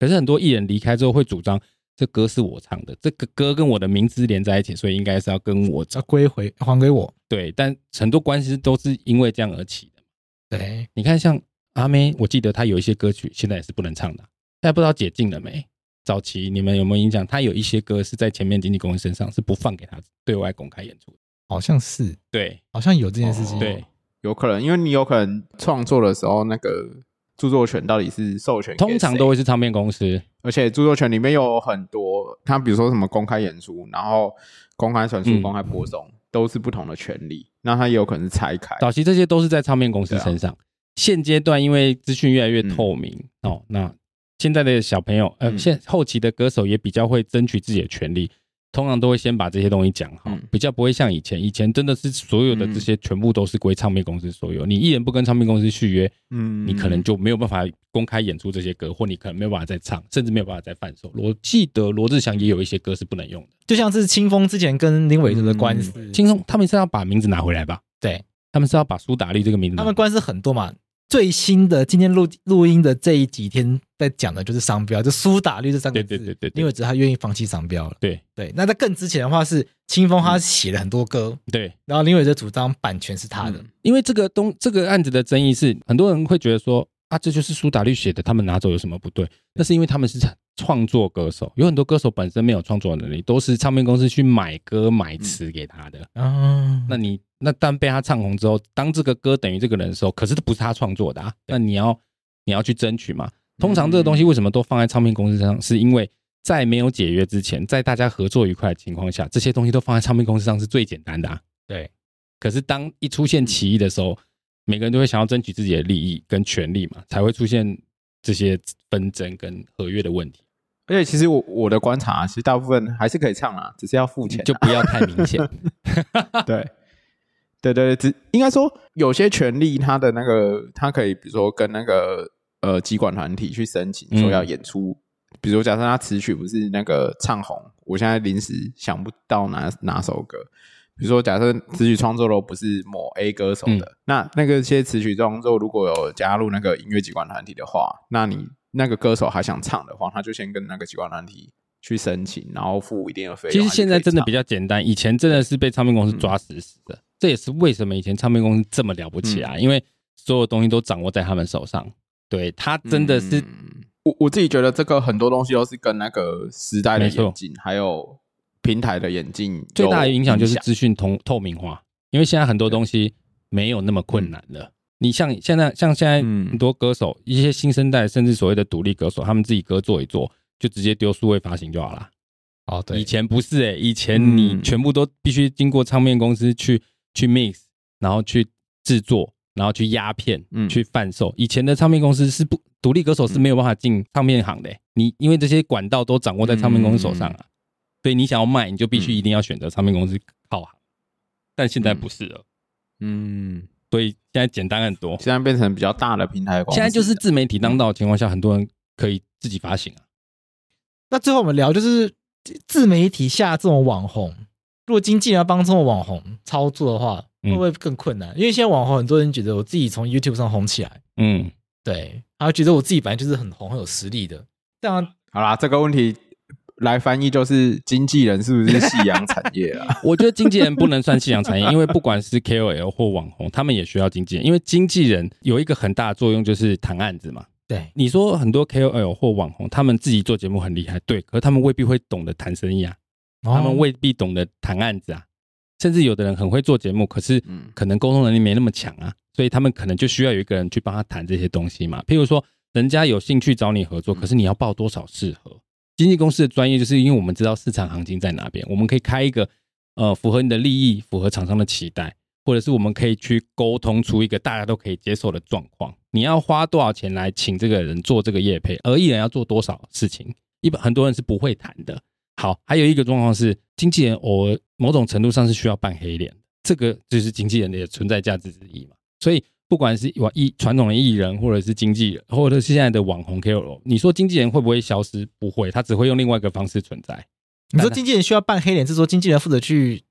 D: 可是很多艺人离开之后会主张，这歌是我唱的，这个歌跟我的名字连在一起，所以应该是要跟我
C: 要
D: 走。
C: 归回还给我，
D: 对，但很多官司都是因为这样而起的。
C: 对，
D: 你看，像阿妹，我记得她有一些歌曲现在也是不能唱的，但不知道解禁了没。早期你们有没有印象？她有一些歌是在前面经纪公司身上是不放给她对外公开演出的。
C: 好像是
D: 对
C: 好像有这件事情，
B: 哦
D: 对，
B: 有可能，因为你有可能创作的时候，那个著作权到底是授权给谁，
D: 通常都会是唱片公司。
B: 而且著作权里面有很多，它比如说什么公开演出，然后公开传输、
D: 嗯
B: 公开播送，都是不同的权利。那它也有可能是拆开，
D: 早期这些都是在唱片公司身上。现阶段因为资讯越来越透明、哦，那现在的小朋友，呃，
B: 嗯
D: 现后期的歌手也比较会争取自己的权利，通常都会先把这些东西讲好，
B: 嗯
D: 比较不会像以前，以前真的是所有的这些全部都是归唱片公司所有，你艺人不跟唱片公司续约，
B: 嗯
D: 你可能就没有办法公开演出这些歌，或你可能没有办法再唱，甚至没有办法再贩售。我记得罗志祥也有一些歌是不能用的。
C: 就像是清风之前跟林伟哲的官司，
D: 轻松，他们是要把名字拿回来吧？
C: 对，
D: 他们是要把苏打绿这个名字拿
C: 他
D: 回来
C: 们官司很多嘛。最新的今天录录音的这一几天在讲的就是商标，就苏打绿这三个字。
D: 对对对对对
C: 因为只是他愿意放弃商标了。
D: 对嗯
C: 对，那在更之前的话是清风他写了很多歌，
D: 对，
C: 然后林伟哲主张版权是他的，
B: 嗯
D: 因为这个东这个案子的争议是，很多人会觉得说啊，这就是苏打绿写的，他们拿走有什么不对？那是因为他们是创作歌手，有很多歌手本身没有创作能力，都是唱片公司去买歌买词给他的。
C: 啊，
D: 嗯那你那但被他唱红之后，当这个歌等于这个人的时候，可是这不是他创作的啊，那你要你要去争取
B: 嗯
D: 嘛。通常这个东西为什么都放在唱片公司身上，是因为在没有解约之前，在大家合作愉快的情况下，这些东西都放在唱片公司上是最简单的、啊。
C: 对。
D: 可是当一出现歧义的时候，每个人都会想要争取自己的利益跟权利嘛，才会出现这些纷争跟合约的问题，
B: 而且其实我我的观察、啊其实大部分还是可以唱啊，只是要付钱、
D: 就不要太明显。 [LAUGHS]
B: 对，对对对，只应该说有些权利，他的那个他可以，比如说跟那个呃机管团体去申请说
D: 嗯
B: 要演出，比如说假设他词曲不是那个唱红，我现在临时想不到哪哪首歌。比如说，假设词曲创作都不是某 A 歌手
D: 嗯
B: 的，那那个些词曲创作如果有加入那个音乐机管团体的话，那你那个歌手还想唱的话，他就先跟那个机管团体去申请，然后付一定的费用。
D: 其实现在真的
B: 啊他就可以唱嗯
D: 比较简单，以前真的是被唱片公司抓死死的。这也是为什么以前唱片公司这么了不起
B: 嗯
D: 啊，因为所有东西都掌握在他们手上。对他真的是、
B: 嗯我我自己觉得这个很多东西都是跟那个时代的
D: 没错
B: 演进，还有平台的演进有
D: 最大的影响就是资讯通透明化，因为现在很多东西没有那么困难了。你像现在像现在
B: 嗯
D: 很多歌手，一些新生代甚至所谓的独立歌手，他们自己歌做一做，就直接丢数位发行就好了。
C: 哦
D: 以
C: 对，
D: 前不是诶、以前你
B: 嗯
D: 全部都必须经过唱片公司去去 mix，然后去制作，然后去压片，
B: 嗯
D: 去贩售。以前的唱片公司是不独立歌手是没有办法进唱片行的欸、你因为这些管道都掌握在唱片公司手上啊，所以你想要卖，你就必须
B: 嗯
D: 一定要选择唱片公司靠行。但现在不是了，
B: 嗯，
D: 所以现在简单很多。
B: 现在变成比较哦大的平台公司
D: 现在就是自媒体当道的情况下，很多人可以自己发行啊。
C: 那最后我们聊就是自媒体下这种网红，如果经纪人要帮这种网红操作的话，
D: 嗯
C: 会不会更困难？因为现在网红很多人觉得我自己从 YouTube 上红起来，
D: 嗯，
C: 对，然后觉得我自己本来就是很红很有实力的，当然
B: 好啦，这个问题来翻译就是经纪人是不是夕阳产业啊？ [LAUGHS]
D: 我觉得经纪人不能算夕阳产业，因 [LAUGHS] 为不管是 KOL 或网红，他们也需要经纪人，因为经纪人有一个很大的作用就是谈案子嘛。
C: 对
D: 你说很多 KOL 或网红，他们自己做节目很厉害，对，可是他们未必会懂得谈生意啊，他们
C: 哦
D: 未必懂得谈案子啊，甚至有的人很会做节目，可是
B: 嗯
D: 可能沟通能力没那么强啊，所以他们可能就需要有一个人去帮他谈这些东西嘛。譬如说，人家有兴趣找你合作，可是你要报多少适合？经纪公司的专业就是因为我们知道市场行情在哪边，我们可以开一个呃符合你的利益、符合厂商的期待，或者是我们可以去沟通出一个大家都可以接受的状况。你要花多少钱来请这个人做这个业配，而艺人要做多少事情，一般很多人是不会谈的。好，还有一个状况是，经纪人偶尔某种程度上是需要扮黑脸的，这个就是经纪人的存在价值之一嘛。所以不管是网艺传统的艺人，或者是经纪人，或者是现在的网红 KOL，你说经纪人会不会消失？不会，他只会用另外一个方式存在。
C: 你说经纪人需要扮黑脸，是说经纪人负责去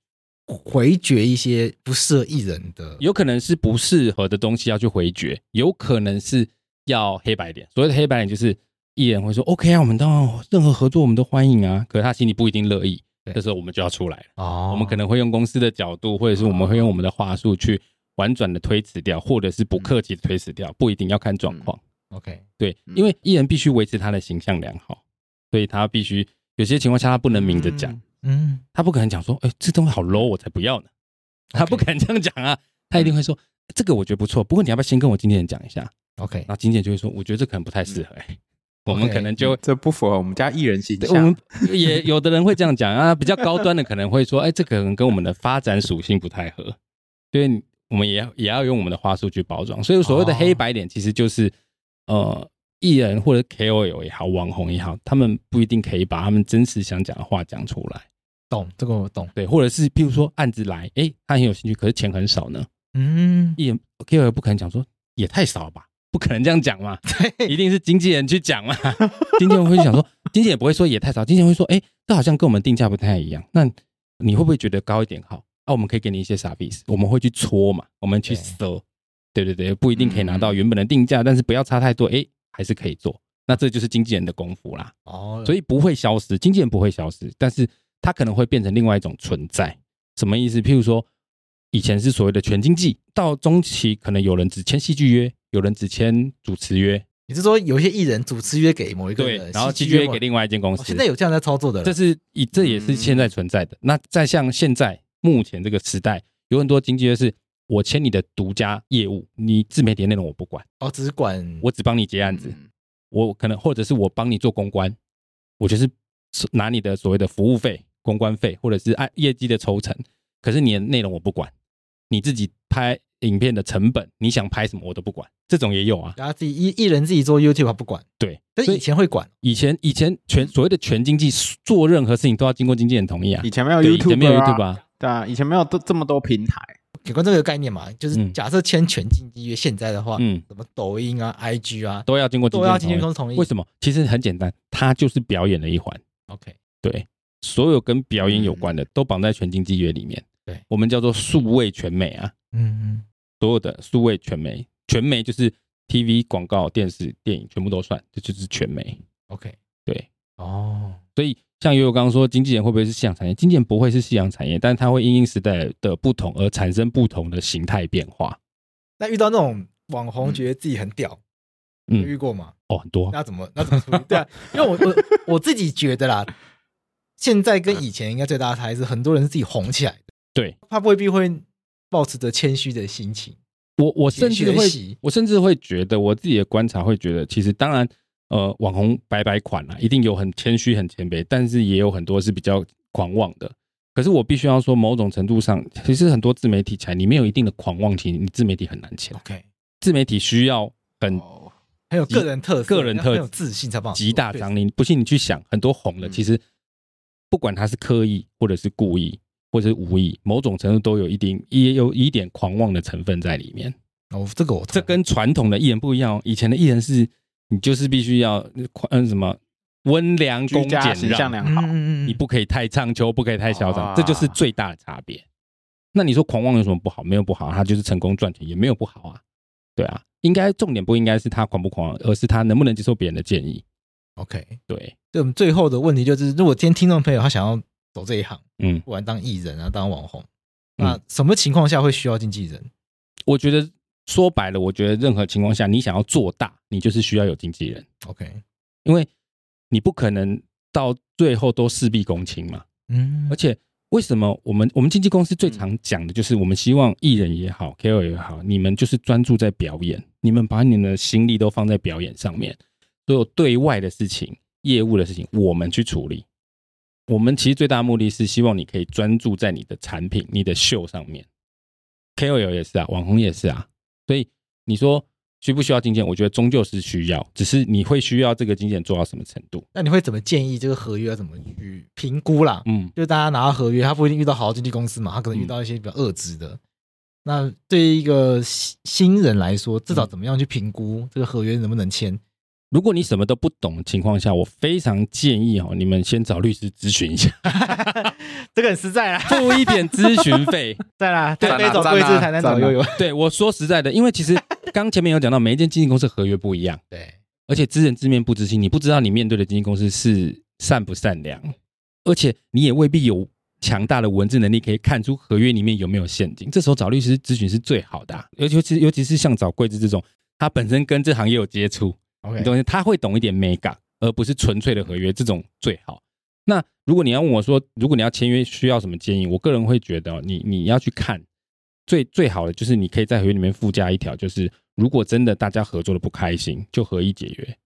C: 回绝一些不适合艺人的？
D: 有可能是不适合的东西要去回绝，有可能是要黑白脸。所谓的黑白脸就是艺人会说 OK 啊，我们当然任何合作我们都欢迎啊，可是他心里不一定乐意，
C: 对
D: 这时候我们就要出来了。
C: 哦
D: 我们可能会用公司的角度，或者是我们会用我们的话术去婉转的推辞掉，或者是不客气的推辞掉，不一定要看状况。
C: OK，
D: 对，
B: 嗯
D: 因为艺人必须维持他的形象良好，所以他必须有些情况下他不能明着讲，
B: 嗯
C: 嗯，
D: 他不可能讲说，哎、这东西好 low，我才不要呢，他不敢这样讲啊，他一
B: 嗯
D: 定会说，这个我觉得不错，不过你要不要先跟我经纪人讲一下？
C: OK，
D: 然后经纪人就会说，我觉得这可能不太
B: 嗯
D: 适合、哎我们
C: OK，
D: 可能就
B: 这不符合我们家艺人形
D: 对我
B: 象
D: 们。也有的人会这样讲啊，比较高端的可能会说，哎，这可能跟我们的发展属性不太合，所以我们也要也要用我们的话术去包装。所以所谓的
C: 哦
D: 黑白脸，其实就是、呃，艺人或者 KOL 也好，网红也好，他们不一定可以把他们真实想讲的话讲出来，
C: 懂这个我懂。
D: 对，或者是譬如说案子来，哎，他很有兴趣，可是钱很少呢，
C: 嗯， [LAUGHS]
D: 艺人 KOL 不可能讲说也太少吧，不可能这样讲嘛，
C: 对，
D: 一定是经纪人去讲嘛。 [LAUGHS] 经纪人会想说，经纪人不会说也太少，经纪人会说，哎、这好像跟我们定价不太一样，那你会不会觉得高一点好？啊，我们可以给你一些 service，我们会去搓嘛，我们去搜，对对对，不一定可以拿到原本的定价，但是不要差太多，哎、还是可以做。那这就是经纪人的功夫啦，
C: 哦，
D: 所
C: 以
D: 以不会消失，经纪人不会消失，但是他可能会变成另外一种存在。什么意思？譬如说，以前是所谓的全经纪，到中期可能有人只签戏剧约，有人只签主持约，
C: 你是说有一些艺人组织约给某一个
D: 对
C: 人，，
D: 然后
C: 戏
D: 契
C: 剧
D: 约
C: 某
D: 给另外一间公司。
C: 哦现在有这样在操作的了，嗯
D: 这是以这也是现在存在的。那在像现在目前这个时代，有很多经纪约是我签你的独家业务，你自媒体的内容我不管，
C: 哦，只是管
D: 我只帮你接案子，
B: 嗯
D: 我可能或者是我帮你做公关，我就是拿你的所谓的服务费、公关费或者是按业绩的抽成，可是你的内容我不管，你自己拍影片的成本，你想拍什么我都不管，这种也有啊。
C: 然后自己艺艺人自己做 YouTube 他不管，
D: 对，
C: 但
D: 所
C: 以
D: 以
C: 前会管，
D: 以前以前全所谓的全经纪做任何事情都要经过经纪人同意啊
B: 以，前没有
D: 对以前
B: YouTube，
D: 没有 YouTube
B: 啊，
D: 啊，
B: 对啊，以前没有这这么多平台，
C: 给观众一个概念嘛，就
D: 嗯
C: 是假设签全经纪约，现在的话，
D: 嗯，
C: 什么抖音啊、IG 啊，
D: 都要经过经
C: 都
D: 纪
C: 要
D: 人
C: 经纪
D: 同
C: 公司同
D: 意。
C: 意。
D: 为什么？其实很简单，它就是表演的一环。
C: OK，
D: 对，所有跟表演有关的都绑在全经纪约里面。
C: 嗯对，
D: 我们叫做数位全美啊，
C: 嗯
D: 所有的数位全美，全美就是 TV、广告、电视、电影全部都算，这就是全美。
C: ，OK，
D: 对，
C: 哦，
D: 所以像悠悠刚刚说，经纪人会不会是夕阳产业？经纪人不会是夕阳产业，但它会因应时代的不同而产生不同的形态变化。
C: 那遇到那种网红觉得自己很屌，有
D: 嗯，
C: 遇过吗？
D: 哦，很多。
C: 那怎么那怎么处理？
D: [LAUGHS]
C: 对啊，因为我我我自己觉得啦，现在跟以前应该最大的差异是，很多人是自己红起来的，
D: 对，
C: 他未必会抱持着谦虚的心情。
D: 我我甚至会
C: 学习，
D: 我甚至会觉得，我自己的观察会觉得，其实当然，呃，网红白白款啊，一定有很谦虚、很谦卑，但是也有很多是比较狂妄的。可是我必须要说，某种程度上，其实很多自媒体起来，你没有一定的狂妄期，你自媒体很难起来。
C: OK，
D: 自媒体需要很
B: 哦
C: 很有个人特色，
D: 个人特
C: 很有自信才棒，
D: 极大
C: 对
D: 张力，不信你去想，很多红的
B: 嗯
D: 其实不管他是刻意或者是故意或者是无意，某种程度都有一定也有一点狂妄的成分在里面。
C: 哦，这个我
D: 这
C: 跟
D: 跟传统的艺人不一样哦。以前的艺人是，你就是必须要嗯什么温良
B: 居
D: 恭
B: 家
D: 俭
B: 形象
D: 让，
B: 良好，
C: 嗯
D: 你不可以太唱秋，不可以太嚣张，
B: 啊
D: 这就是最大的差别。那你说狂妄有什么不好？没有不好，他就是成功赚钱，也没有不好啊。对啊，应该重点不应该是他狂不狂妄，而是他能不能接受别人的建议。
C: OK。
D: 对，
C: 对，我们最后的问题就是，如果今天听众朋友他想要走这一行，
D: 嗯，
C: 不管当艺人啊，当网红，
D: 嗯
C: 那什么情况下会需要经纪人？
D: 我觉得说白了，我觉得任何情况下，你想要做大，你就是需要有经纪人。
C: OK，
D: 因为你不可能到最后都事必躬亲嘛。
C: 嗯
D: 而且为什么我们我们经纪公司最常讲的就是，我们希望艺人也好，KOL 也好，你们就是专注在表演，你们把你们的心力都放在表演上面，所有对外的事情、业务的事情，我们去处理。我们其实最大的目的是希望你可以专注在你的产品、你的秀上面。KOL 也是啊，网红也是啊，所以你说需不需要经纪人？我觉得终究是需要，只是你会需要这个经纪人做到什么程度。
C: 那你会怎么建议这个合约要怎么去评估啦？
D: 嗯，
C: 就是大家拿到合约，他不一定遇到好的经纪公司嘛，他可能遇
D: 嗯
C: 到一些比较恶质的。那对于一个新新人来说，至少怎么样去评估这个合约能不能签？
D: 如果你什么都不懂的情况下，我非常建议哦，你们先找律师咨询一下，
C: 这个很实在啦，
D: 付一点咨询费。
C: 在啦，
B: 对
C: 对，非走
B: 赞啊
C: 贵
B: 赞
C: 字
B: 啊
C: 才能找
B: 赞啊
C: 悠悠。
D: 对我说实在的，因为其实刚前面有讲到，每一间经纪公司合约不一样，
C: 对，
D: 而且知人知面不知心，你不知道你面对的经纪公司是善不善良，而且你也未必有强大的文字能力可以看出合约里面有没有陷阱。这时候找律师咨询是最好的、啊，尤其是尤其是像找贵志这种，他本身跟这行业有接触，
C: OK，
D: 你懂意思，他会懂一点美感，而不是纯粹的合约，这种最好。那如果你要问我说，如果你要签约需要什么建议，我个人会觉得哦你你要去看最最好的就是你可以在合约里面附加一条，就是如果真的大家合作的不开心，就合意解约。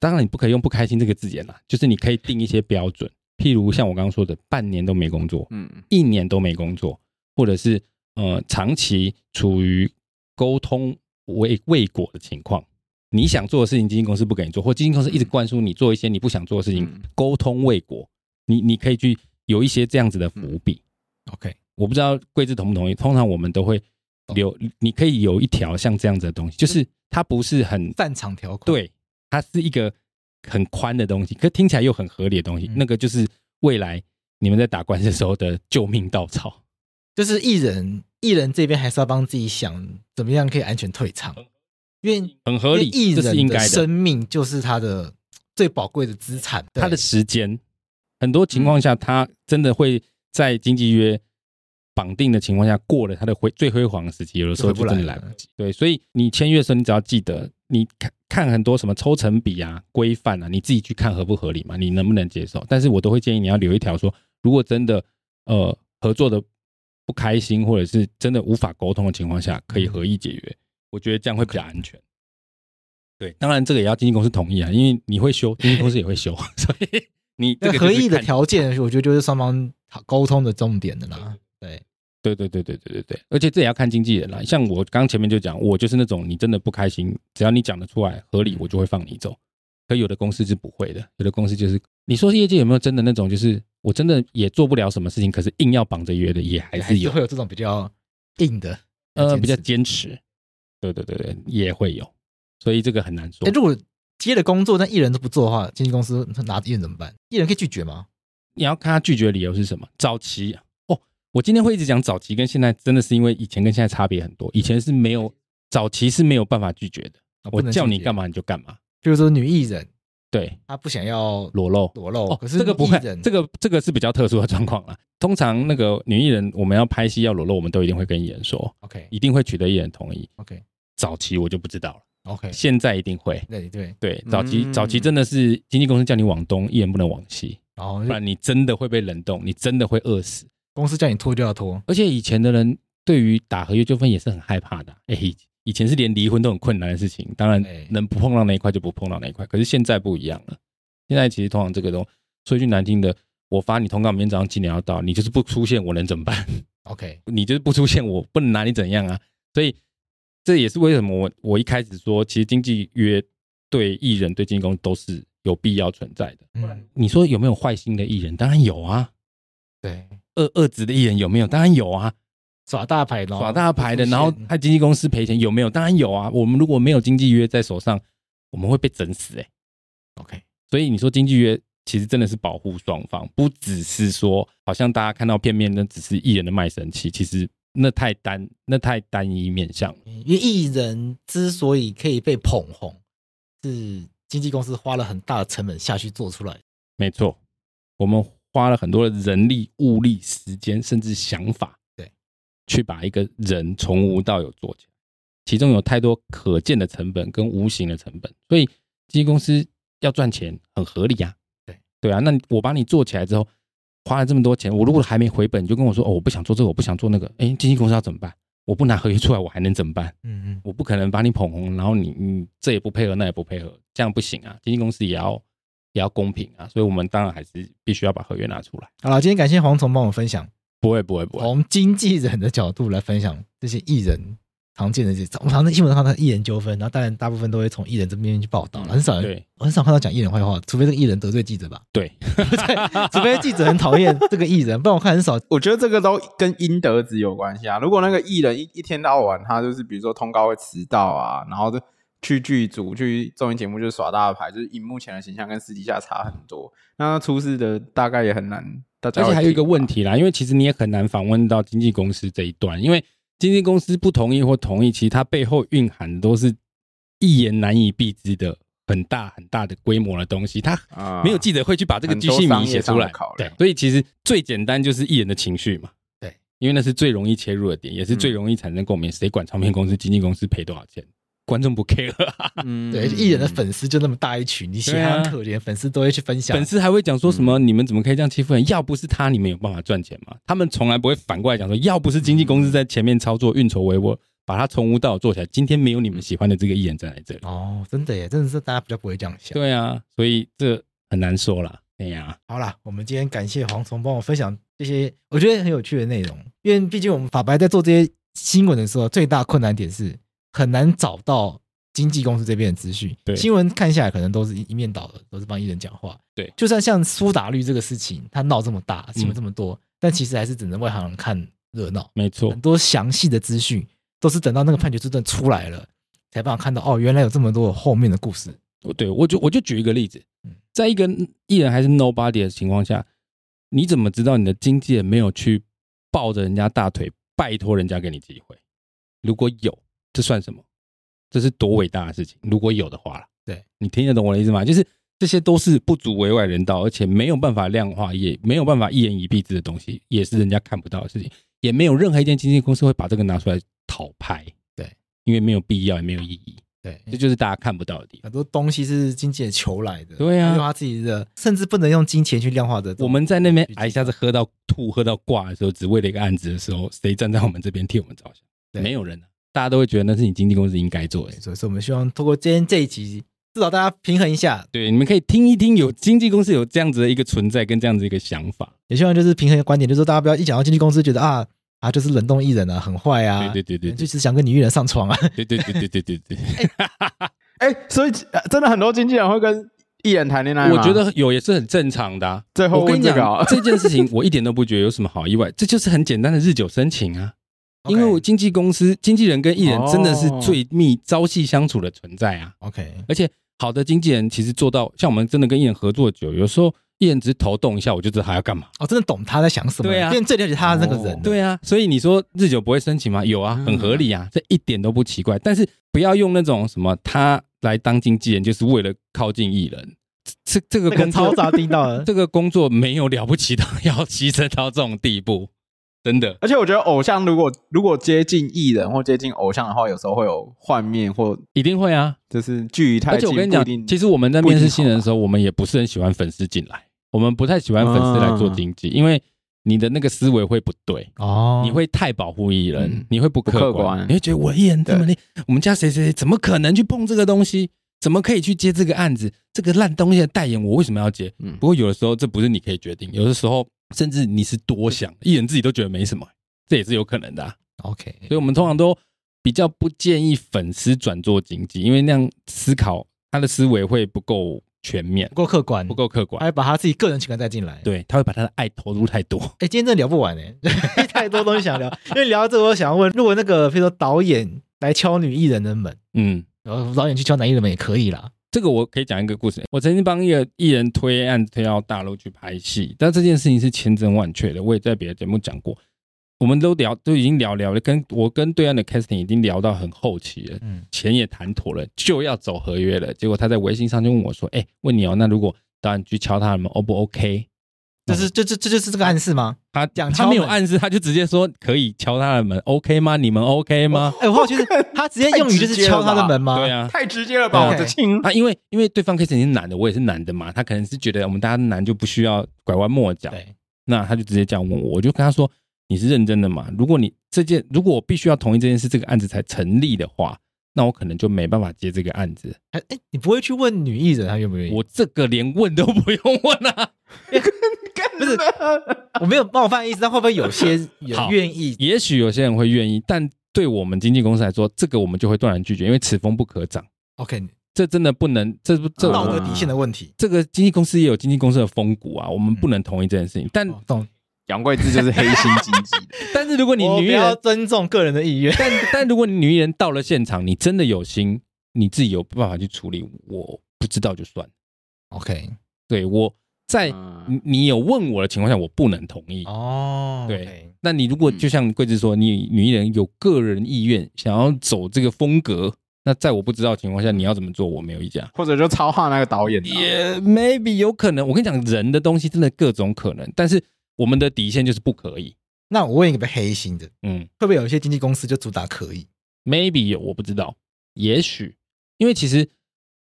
D: 当然你不可以用不开心这个字眼啦，就是你可以定一些标准，譬如像我刚刚说的，半年都没工作，
B: 嗯，
D: 一年都没工作，或者是呃长期处于沟通未未果的情况，你想做的事情，经纪公司不给你做，或经纪公司一直灌输你做一些你不想做的事情，
B: 嗯
D: 沟通未果，你你可以去有一些这样子的伏笔。
C: OK
D: 我不知道贵志同不同意，通常我们都会留，你可以有一条像这样子的东西，就是它不是很
C: 战场条款，，
D: 对，它是一个很宽的东西，可听起来又很合理的东西，
C: 嗯
D: 那个就是未来你们在打官司的时候的救命稻草。
C: 就是艺人艺人这边还是要帮自己想怎么样可以安全退场，因为
D: 很合理，
C: 因为艺
D: 这是
C: 人
D: 应该的。
C: 生命就是他的最宝贵的资产，对
D: 他的时间，很多情况下，他真的会在经纪约绑定的情况下，过了他的辉最辉煌的时期，有的时候
C: 就回
D: 就
C: 不
D: 真的
C: 来
D: 来
C: 了
D: 不及。对，所以你签约的时候，你只要记得，你看看很多什么抽成比啊、规范啊，你自己去看合不合理嘛，你能不能接受？但是我都会建议你要留一条说，如果真的呃合作的不开心，或者是真的无法沟通的情况下，
C: 嗯
D: 可以合意解约。我觉得这样会比较安全。对，当然这个也要经纪公司同意啊，因为你会修，经纪公司也会修， [LAUGHS] 所以你这
C: 那
D: 个就是
C: 合意的
D: 看
C: 条件，我觉得就是双方讨沟通的重点的啦。对，
D: 对对对对对对对，而且这也要看经纪人啦。像我刚前面就讲，我就是那种你真的不开心，只要你讲得出来合理，我就会放你走。可有的公司是不会的，有的公司就是你说业界有没有真的那种，就是我真的也做不了什么事情，可是硬要绑着约的也还
C: 还
D: 是有
C: 是，会有这种比较硬的，
D: 呃，
C: 坚
D: 比较
C: 持
D: 坚持。对对对对，也会有，所以这个很难说
C: 哎，。如果接了工作，但艺人都不做的话，经纪公司拿艺人怎么办？艺人可以拒绝吗？
D: 你要看他拒绝的理由是什么。早期哦，我今天会一直讲早期跟现在，真的是因为以前跟现在差别很多。以前是没有早期是没有办法拒绝的，
C: 啊
D: 我叫你
C: 嘛？
D: 干嘛你就干嘛。
C: 比如说女艺人，
D: 对，
C: 她不想要
D: 裸露。
C: 裸露，
D: 哦
C: 可，是
D: 这个不会
C: 艺人，
D: 这个这个是比较特殊的状况啦。通常那个女艺人，我们要拍戏要裸露，我们都一定会跟艺人说，
C: OK
D: 一定会取得艺人同意。
C: OK
D: 早期我就不知道了，
C: OK，
D: 现在一定会。
C: 对对，
D: 对，早期、
B: 嗯
D: 早期真的是经纪公司叫你往东，艺人不能往西，
C: 然后
D: 不
C: 就
D: 然你真的会被冷冻，你真的会饿死。
C: 公司叫你脱就要脱，
D: 而且以前的人对于打合约纠纷也是很害怕的啊、哎、以前是连离婚都很困难的事情，当然
C: 哎
D: 能不碰到那一块就不碰到那一块。可是现在不一样了，现在其实通常这个都说一句难听的，我发你通告，明天早上几点要到，你就是不出现，我能怎么办？ [LAUGHS]
C: OK，
D: 你就是不出现，我不能拿你怎样啊。所以这也是为什么我我一开始说，其实经纪约对艺人、对经纪公司都是有必要存在的。
C: 嗯，
D: 你说有没有坏心的艺人？当然有啊，
C: 对，
D: 恶恶质的艺人有没有？当然有啊。
C: 耍大牌，然后
D: 耍大牌
C: 哦
D: 的，
C: 不出
D: 然后
C: 现
D: 害经纪公司赔钱有没有？当然有啊。我们如果没有经纪约在手上，我们会被整死哎、
C: OK，
D: 所以你说经纪约其实真的是保护双方，不只是说好像大家看到片面那只是艺人的卖身契，其实那太单那太单一面向了。
C: 因为艺人之所以可以被捧红，是经纪公司花了很大的成本下去做出来。
D: 没错，我们花了很多的人力、物力、时间，甚至想法，
C: 对，
D: 去把一个人从无到有做起来，其中有太多可见的成本跟无形的成本，所以经纪公司要赚钱很合理呀、啊。
C: 对
D: 对啊，那我把你做起来之后，花了这么多钱，我如果还没回本，你就跟我说哦，我不想做这个，我不想做那个，哎，经纪公司要怎么办？我不拿合约出来，我还能怎么办？
C: 嗯
D: 我不可能把你捧红，然后你你这也不配合，那也不配合，这样不行啊！经纪公司也要也要公平啊，所以我们当然还是必须要把合约拿出来。哦
C: 好了，今天感谢黄虫帮我分享，
D: 不会不会不会，
C: 从经纪人的角度来分享这些艺人常见的这，我们常在新闻上看到艺人纠纷，然后当然大部分都会从艺人这边去报道，很少人
D: 对
C: 很少看到讲艺人坏话，除非这个艺人得罪记者吧，
D: 对，
C: [LAUGHS] 除非记者很讨厌这个艺人，不然我看很少。
D: 嗯
B: 我觉得这个都跟阴德值有关系啊。如果那个艺人一一天到晚他就是比如说通告会迟到啊，然后就去剧组、去综艺节目就是耍大牌，就是荧幕前的形象跟私底下差很多。那他出事的大概也很难，大家
D: 而且还有一个问
B: 题，
D: 题啦，因为其实你也很难访问到经纪公司这一段，因为经纪公司不同意或同意，其实它背后蕴含的都是一言难以蔽之的很大很大的规模的东西，它
B: 啊
D: 没有记者会去把这个巨细
B: 很多商
D: 名
B: 业
D: 写
B: 上
D: 出
B: 的
D: 来
B: 考，
D: 对
B: 量，
D: 所以其实最简单就是艺人的情绪嘛，
C: 对，
D: 因为那是最容易切入的点，也是
B: 嗯
D: 最容易产生共鸣。谁管唱片公司、经纪公司赔多少钱？观众
B: [LAUGHS]
D: 不 care，啊
B: 嗯
C: 对，艺人的粉丝就那么大一群，你写他很可怜，粉丝都会去分享
D: 粉。丝还会讲说什
B: 嗯
D: 么？你们怎么可以这样欺负人？要不是他，你们有办法
B: [LAUGHS]
D: 赚钱吗？他们从来不会反过来讲说，要不是经纪公司在前面操作运筹帷幄，把它从无到有做起来，今天没有你们喜欢的这个艺人站在这
B: 嗯
D: 里。
C: 哦，真的耶，真的是大家比较不会这样想。
D: 对啊，所以这很难说啦。哎呀，
C: 好啦，我们今天感谢黄虫帮我分享这些我觉得很有趣的内容，因为毕竟我们法白在做这些新闻的时候，最大困难点是很难找到经纪公司这边的资讯。
D: 对
C: 新闻看下来可能都是一面倒的，都是帮艺人讲话。
D: 对
C: 就算像苏打绿这个事情，他闹这么大，新
D: 嗯
C: 闻这么多，但其实还是只能外行人看热闹。
D: 没错
C: 很，多详细的资讯都是等到那个判决书真的出来了，才帮我看到哦，原来有这么多后面的故事。
D: 我对我就我就举一个例子
C: 嗯，
D: 在一个艺人还是 nobody 的情况下，你怎么知道你的经纪人没有去抱着人家大腿，拜托人家给你机会？如果有，这算什么？这是多伟大的事情！如果有的话啦
C: 对
D: 你听得懂我的意思吗？就是这些都是不足为外人道，而且没有办法量化，也没有办法一言以蔽之的东西，也是人家看不到的事情，也没有任何一间经纪公司会把这个拿出来讨拍。
C: 对，
D: 因为没有必要，也没有意义，
C: 对，
D: 这就是大家看不到的地方。
C: 很多东西是经纪人求来的，
D: 对啊
C: 用他自己的，甚至不能用金钱去量化的。
D: 我们在那边挨一下子喝到吐、喝到挂的时候，只为了一个案子的时候，谁站在我们这边替我们着
C: 对
D: 想？没有人、啊，大家都会觉得那是你经纪公司应该做的
C: 对
D: 事。
C: 所以说我们希望通过今天这一集，至少大家平衡一下，
D: 对，你们可以听一听，有经纪公司有这样子的一个存在跟这样子一个想法。
C: 也希望就是平衡一个观点，就是说大家不要一讲到经纪公司，觉得啊啊就是冷冻艺人啊，很坏啊，
D: 对对对对
C: 就只想跟女艺人上床啊。
D: 对对对对对对 [LAUGHS] 对，
B: 哎、所以、呃真的很多经纪人会跟艺人谈恋爱吗
D: 我觉得有也是很正常的啊、
B: 最后
D: [LAUGHS] 我跟
B: 问
D: 你
B: 这
D: 讲
B: 个啊，
D: 这件事情，我一点都不觉得有什么好意外，这就是很简单的日久生情啊。因为我经纪公司、经纪人跟艺人真的是
B: 哦
D: 最密、朝夕相处的存在啊。
C: OK，
D: 而且好的经纪人其实做到，像我们真的跟艺人合作久，有时候艺人只是头动一下，我就知道他要干嘛。
C: 哦，真的懂他在想什么，
D: 对啊
C: 因为最了解他的那个人
B: 哦
C: 了。
D: 对啊，所以你说日久不会生情吗？有啊，
B: 嗯
D: 很合理啊，这一点都不奇怪。但是不要用那种什么他来当经纪人就是为了靠近艺人，这这这个
C: 那个
D: 工
C: 超
D: 作，
C: 早听到了，
D: 这个工作没有了不起到要牺牲到这种地步，真的。
B: 而且我觉得偶像如果如果接近艺人或接近偶像的话，有时候会有幻灭或
D: 一定会啊！
B: 就是距离太
D: 而且
B: 近，
D: 我跟你讲
B: 不一，定
D: 其实我们在面试新人的时候，我们也不是很喜欢粉丝进来，我们不太喜欢粉丝来做经纪，因为你的那个思维会不对。
C: 哦，
D: 你会太保护艺人，
B: 嗯
D: 你会不客
B: 不客观
D: 你会觉得我艺人这么厉，我们家谁谁谁怎么可能去碰这个东西？怎么可以去接这个案子？这个烂东西的代言，我为什么要接？
B: 嗯
D: 不过有的时候这不是你可以决定，有的时候甚至你是多想，艺人自己都觉得没什么，这也是有可能的啊、
C: OK，
D: 所以我们通常都比较不建议粉丝转做经济，因为那样思考他的思维会不够全面
C: 不，够客观，
D: 不，够客
C: 还
B: 哎
D: 观。
C: 要把他自己个人情感带进来。
D: 对，他会把他的爱投入太多。
C: 哎、今天真的聊不完哎、 [LAUGHS] 太多东西想聊。因为聊到这个，我想问，如果那个，比如说导演来敲女艺人的门，
D: 嗯，
C: 然后导演去敲男艺人的门也可以啦。
D: 这个我可以讲一个故事。我曾经帮一个艺人推案推到大陆去拍戏，但这件事情是千真万确的，我也在别的节目讲过。我们都聊，都已经聊聊了，跟我跟对岸的 casting 已经聊到很后期了，
C: 嗯，
D: 钱也谈妥了，就要走合约了。结果他在微信上就问我说：“哎、问你哦，那如果导演去敲他的门，O 不 OK？”
C: 这是这这这就是这个暗示吗？
D: 他
C: 讲敲
D: 他
C: 门
D: 没有暗示，他就直接说可以敲他的门，OK 吗？你们 OK 吗？
C: 哎、我好奇是他直接用语就是敲他的门吗？
D: 对，啊，
B: 太直接了吧，我
C: OK
B: 的亲。
D: 啊，因为因为对方 casting 是男的，我也是男的嘛，他可能是觉得我们大家男就不需要拐弯抹角，
C: 对，
D: 那他就直接这样问我，我就跟他说：“你是认真的嘛？如果你这件，如果我必须要同意这件事，这个案子才成立的话，那我可能就没办法接这个案子。
C: 哎哎，你不会去问女艺人她愿不愿意？
D: 我这个连问都不用问啊。
B: 不是
C: 我啊没有冒犯意思，但会不会有些人
D: [LAUGHS] 好
C: 愿意？
D: 也许有些人会愿意，但对我们经纪公司来说，这个我们就会断然拒绝，因为此风不可长。
C: OK，
D: 这真的不能，这不这
B: 啊
D: 我
C: 道
D: 们
C: 德底线的问题。
D: 这个经纪公司也有经纪公司的风骨啊，我们不能同意这件事情。但
C: 嗯哦懂？
B: 杨贵志就是黑心经济的，
D: 但是如果你
C: 我
D: 女艺
C: 比较
D: 人，
C: 尊重个人的意愿。
D: 但但如果你女艺人到了现场，你真的有心，你自己有办法去处理，我不知道就算了。
C: OK，
D: 对我在
B: 嗯
D: 你你有问我的情况下，我不能同意。
C: 哦，
D: 对
C: OK，
D: 那你如果
B: 嗯
D: 就像桂枝说，你女艺人有个人意愿想要走这个风格，那在我不知道的情况下，你要怎么做，我没有意见啊。
B: 或者就超话那个导演的啊、
D: 也 maybe 有可能，我跟你讲，人的东西真的各种可能，但是我们的底线就是不可以。
C: 那我问一个比较黑心的，
D: 嗯
C: 会不会有一些经纪公司就主打可以？
D: ，maybe 有，我不知道，也许，因为其实，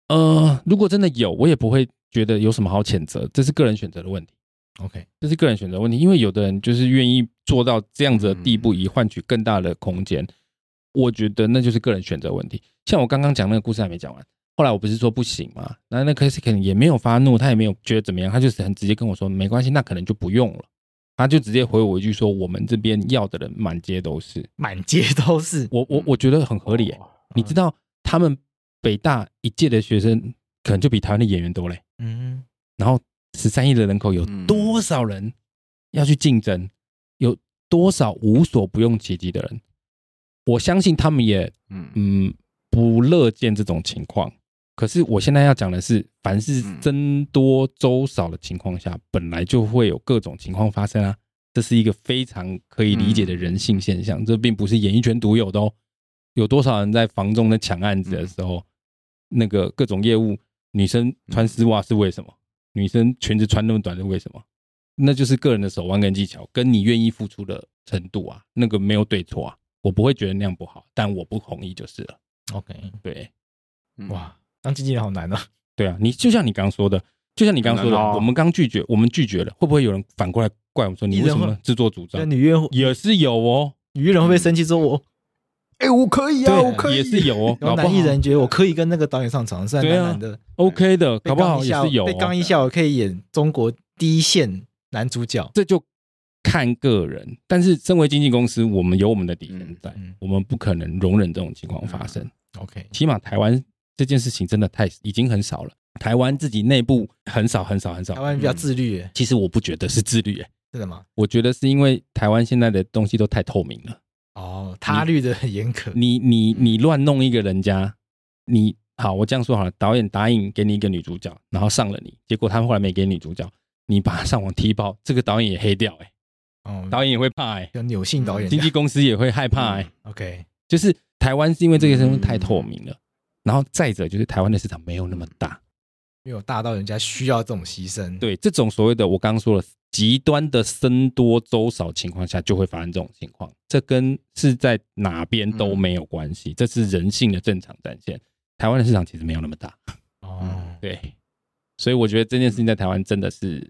D: 呃，如果真的有，我也不会觉得有什么好谴责，这是个人选择的问题，
C: OK，
D: 这是个人选择的问题，因为有的人就是愿意做到这样子的地步，以换取更大的空间，我觉得那就是个人选择问题。像我刚刚讲那个故事还没讲完。后来我不是说不行嘛，那那 Chris 可能也没有发怒，他也没有觉得怎么样，他就是很直接跟我说没关系，那可能就不用了，他就直接回我一句说我们这边要的人满街都是，
C: 满街都是。
D: 我我我觉得很合理
B: 哦
D: 耶、你知道他们北大一届的学生可能就比台湾的演员多嘞，
C: 嗯，
D: 然后十三亿的人口有
B: 嗯
D: 多少人要去竞争？有多少无所不用其极的人？我相信他们也
B: 嗯，
D: 嗯不乐见这种情况。可是我现在要讲的是，凡是
B: 嗯
D: 僧多粥少的情况下，本来就会有各种情况发生啊。这是一个非常可以理解的人性现象，这并不是演艺圈独有的哦。有多少人在房中的抢案子的时
C: 嗯
D: 候，那个各种业务，女生穿丝袜是为什么？女生裙子穿那么短是为什么？那就是个人的手腕跟技巧，跟你愿意付出的程度啊，那个没有对错啊。我不会觉得那样不好，但我不同意就是了。
C: OK，
D: 对
B: 嗯
C: 哇，当经纪人好难哦。
D: 对啊，你就像你刚说的，就像你刚说的，
B: 可能哦
D: 我们刚拒绝，我们拒绝了，会不会有人反过来怪我们说你为什
C: 艺人
D: 么
C: 会
D: 自作主张
C: 那？女艺人，
D: 也是有哦，
C: 女艺人会不会生气说我？
B: 哎、我可以啊，
C: 对
B: 我可以，
D: 也是有哦，
C: 然后
D: 搞不
C: 男艺
D: 好
C: 人觉得我可以跟那个导演上床，虽然
D: 对
C: 男
D: 啊
C: 男的，
D: OK 的，搞不好
C: 被
D: 也
C: 刚一下
D: 是有哦
C: 被刚一下，我可以演中国第一线男主角。
D: 这就看个人。但是身为经纪公司，我们有我们的底线
B: 嗯
D: 在
C: 嗯，
D: 我们不可能容忍这种情况发生。
C: OK，
D: 起码台湾这件事情真的太已经很少了，台湾自己内部很少很少很
C: 台
D: 少。
C: 湾比较自律耶，
D: 其实我不觉得是自律、欸，
C: 真的吗？
D: 我觉得是因为台湾现在的东西都太透明了。
C: 哦，他律的很严格。
D: 嗯你你你乱弄一个人家，你好，我这样说好了，导演答应给你一个女主角，然后上了你，结果他后来没给女主角，你把他上网踢爆，这个导演也黑掉、欸，
C: 哦，
D: 导演也会怕、欸，
C: 有扭性导演
D: 经纪公司也会害
C: 嗯
D: 怕、欸，
C: OK，
D: 就是台湾是因为这个东西太透明了，然后再者就是台湾的市场没有那么大，
C: 没有大到人家需要这种牺牲。，
D: 对这种所谓的我刚刚说了极端的僧多粥少情况下，就会发生这种情况。这跟是在哪边都没有关系，这是人性的正常展现。台湾的市场其实没有那么大，
C: 哦，
D: 对，所以我觉得这件事情在台湾真的是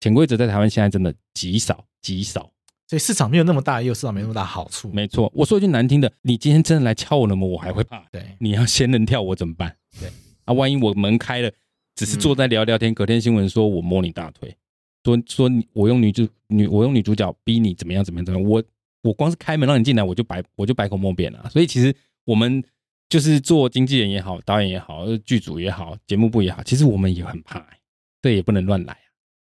D: 潜规则，在台湾现在真的极少极少。
C: 所以市场没有那么大，也有市场没那么大好处。
D: 没错，我说一句难听的，你今天真的来敲我的门，我还会怕。
C: 对，
D: 你要仙人跳，我怎么办？
C: 对
D: 啊，万一我门开了，只是坐在聊聊天，隔天新闻说我摸你大腿，说说你我用女主女我用女主角逼你怎么样怎么样怎么样，我我光是开门让你进来，我就百我就百口莫辩了。所以其实我们就是做经纪人也好，导演也好，呃剧组也好，节目部也好，其实我们也很怕、欸，这也不能乱来啊。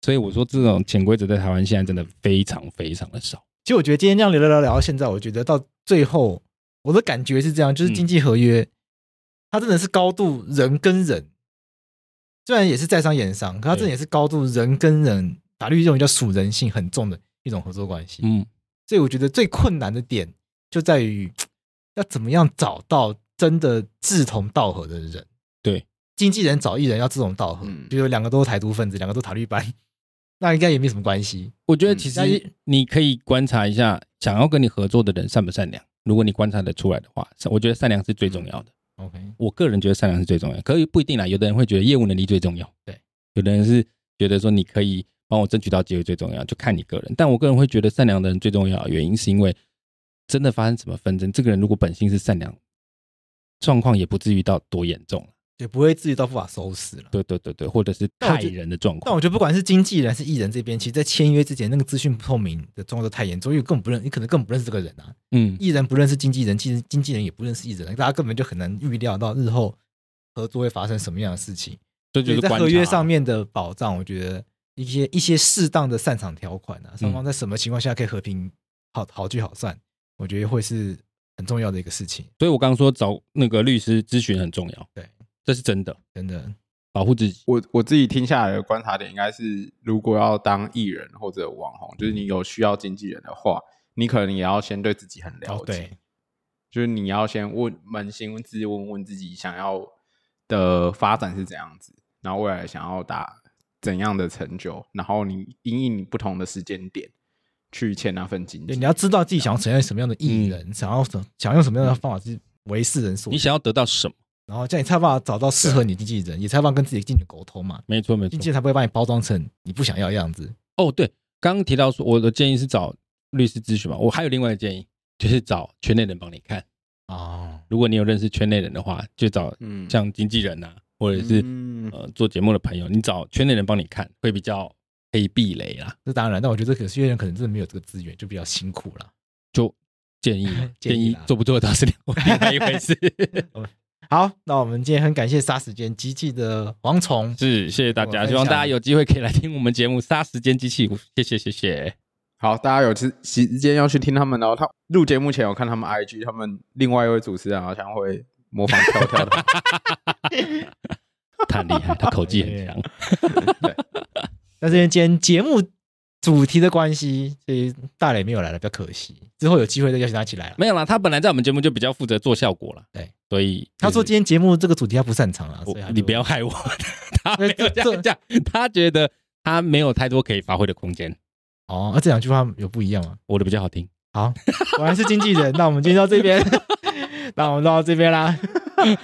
D: 所以我说这种潜规则在台湾现在真的非常非常的少。
C: 其实我觉得今天这样聊聊聊聊到现在，我觉得到最后我的感觉是这样，就是
D: 嗯
C: 经济合约，它真的是高度人跟人，虽然也是在商言商，可它真的
D: 对
C: 也是高度人跟人，法律这种叫属人性很重的一种合作关系。
D: 嗯，
C: 所以我觉得最困难的点就在于要怎么样找到真的志同道合的人。
D: 对，
C: 经纪人找艺人要志同道合，
B: 嗯
C: 比如两个都是台独分子，两个都塔利班，那应该也没什么关系。
D: 我觉得其
C: 嗯
D: 实你可以观察一下，想要跟你合作的人善不善良。如果你观察得出来的话，善我觉得善良是最重要的。
C: OK，
D: 我个人觉得善良是最重要的，可以不一定啦。有的人会觉得业务能力最重要，
C: 对；
D: 有的人是觉得说你可以帮我争取到机会最重要，就看你个人。但我个人会觉得善良的人最重要，原因是因为真的发生什么纷争，这个人如果本性是善良，状况也不至于到多严重。
C: 也不会至于到不法收拾了。
D: 对对对对，或者是
C: 但我
D: 害
C: 觉
D: 人的状
C: 但
D: 况。
C: 我觉得不管是经纪人还是艺人这边，其实，在签约之前，那个资讯不透明的状况都太严重，因为根本不认，你可能根本不认识这个人啊。
D: 嗯，
C: 艺人不认识经纪人，其实经纪人也不认识艺人，啊大家根本就很难预料到日后合作会发生什么样的事情。
D: 这就是
C: 在
D: 观察
C: 合约上面的保障，我觉得一些一些适当的散场条款啊，
D: 嗯
C: 双方在什么情况下可以和平好好聚好散，我觉得会是很重要的一个事情。
D: 所以我刚刚说找那个律师咨询很重要，
C: 对，
D: 这是真的，
C: 真的，
D: 保护自己。
B: 我我自己听下来的观察点应该是，如果要当艺人或者网红，就是你有需要经纪人的话，你可能也要先对自己很了
C: 哦，
B: 解，
C: 对，
B: 就是你要先问扪心自问问自己想要的发展是怎样子，然后未来想要达怎样的成就，然后你因应你不同的时间点去签那份经纪
C: 对，你要知道自己想要呈现什么样的艺人，想要什想用什么样的方法去为世人所
D: 嗯你，想要得到什么？
C: 然后这样你才有办法找到适合你经纪人，也才有办法跟自己的经纪人沟通嘛，
D: 没错没
C: 经
D: 错
C: 纪。人才不会把你包装成你不想要的样子。
D: 哦，对，刚刚提到说我的建议是找律师咨询嘛，我还有另外的建议，就是找圈内人帮你看。
C: 哦，
D: 如果你有认识圈内人的话，就找
B: 嗯
D: 像经纪人啊，或者是、
B: 嗯
D: 呃做节目的朋友，你找圈内人帮你看，会比较可以避雷啦。
C: 这当然，但我觉得可是有些人可能真的没有这个资源，就比较辛苦了。
D: 就建议
C: [LAUGHS] 建
D: 建
C: 议
D: 议
C: 啦
D: 做不做得到是另
C: [LAUGHS]
D: 外一回事。 [LAUGHS]
C: 好，那我们今天很感谢杀时间机器的蝗虫，
D: 是，谢谢大家，
C: 我分享
D: 希望大家有机会可以来听我们节目《杀时间机器》，谢谢，谢谢。
B: 好，大家有时时间要去听他们哦。他录节目前有看他们 IG，他们另外一位主持人好像会模仿跳跳的。 [LAUGHS]
D: 太厉害，他口技很
C: [LAUGHS]
D: 强。
C: 那这边今天节目主题的关系，所以大磊没有来了，比较可惜。之后有机会再邀请他一起来了。
D: 没有啦，他本来在我们节目就比较负责做效果了，
C: 对，
D: 所以
C: 他说
D: 就是
C: 今天节目这个主题他不擅长了，所以他
D: 我
C: 就
D: 你不要害我，他没有这
C: 这
D: 样讲，他觉得他没有太多可以发挥的空间，
C: 哦。那、这两句话有不一样吗？
D: 我的比较好听。
C: 好，果然是经纪人。那我们今天到这边， [LAUGHS] 那我们到这边啦。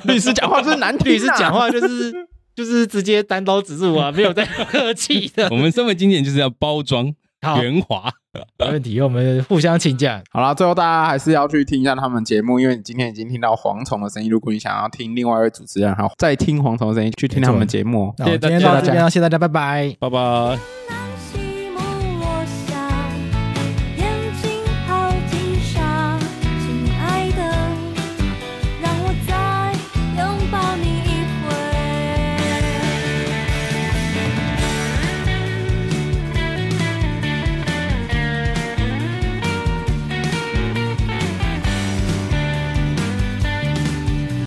B: 律师讲话就
C: [LAUGHS]
B: 是难听、啊，
C: 律师讲话就是 [LAUGHS] 就是直接单刀直入啊，没有在客气的。
D: 我们身为经纪人就是要包装
C: 好，
D: 圆滑，
C: 没问题，我们互相请教。
B: 好啦，最后大家还是要去听一下他们节目，因为你今天已经听到蝗虫的声音。如果你想要听另外一位主持人，还有再听蝗虫的声音，去听他们节目哦。
C: 那我们今天
D: 谢谢大
C: 到啊
D: 家
C: 这边啦，谢谢大家，拜拜。
D: 拜拜。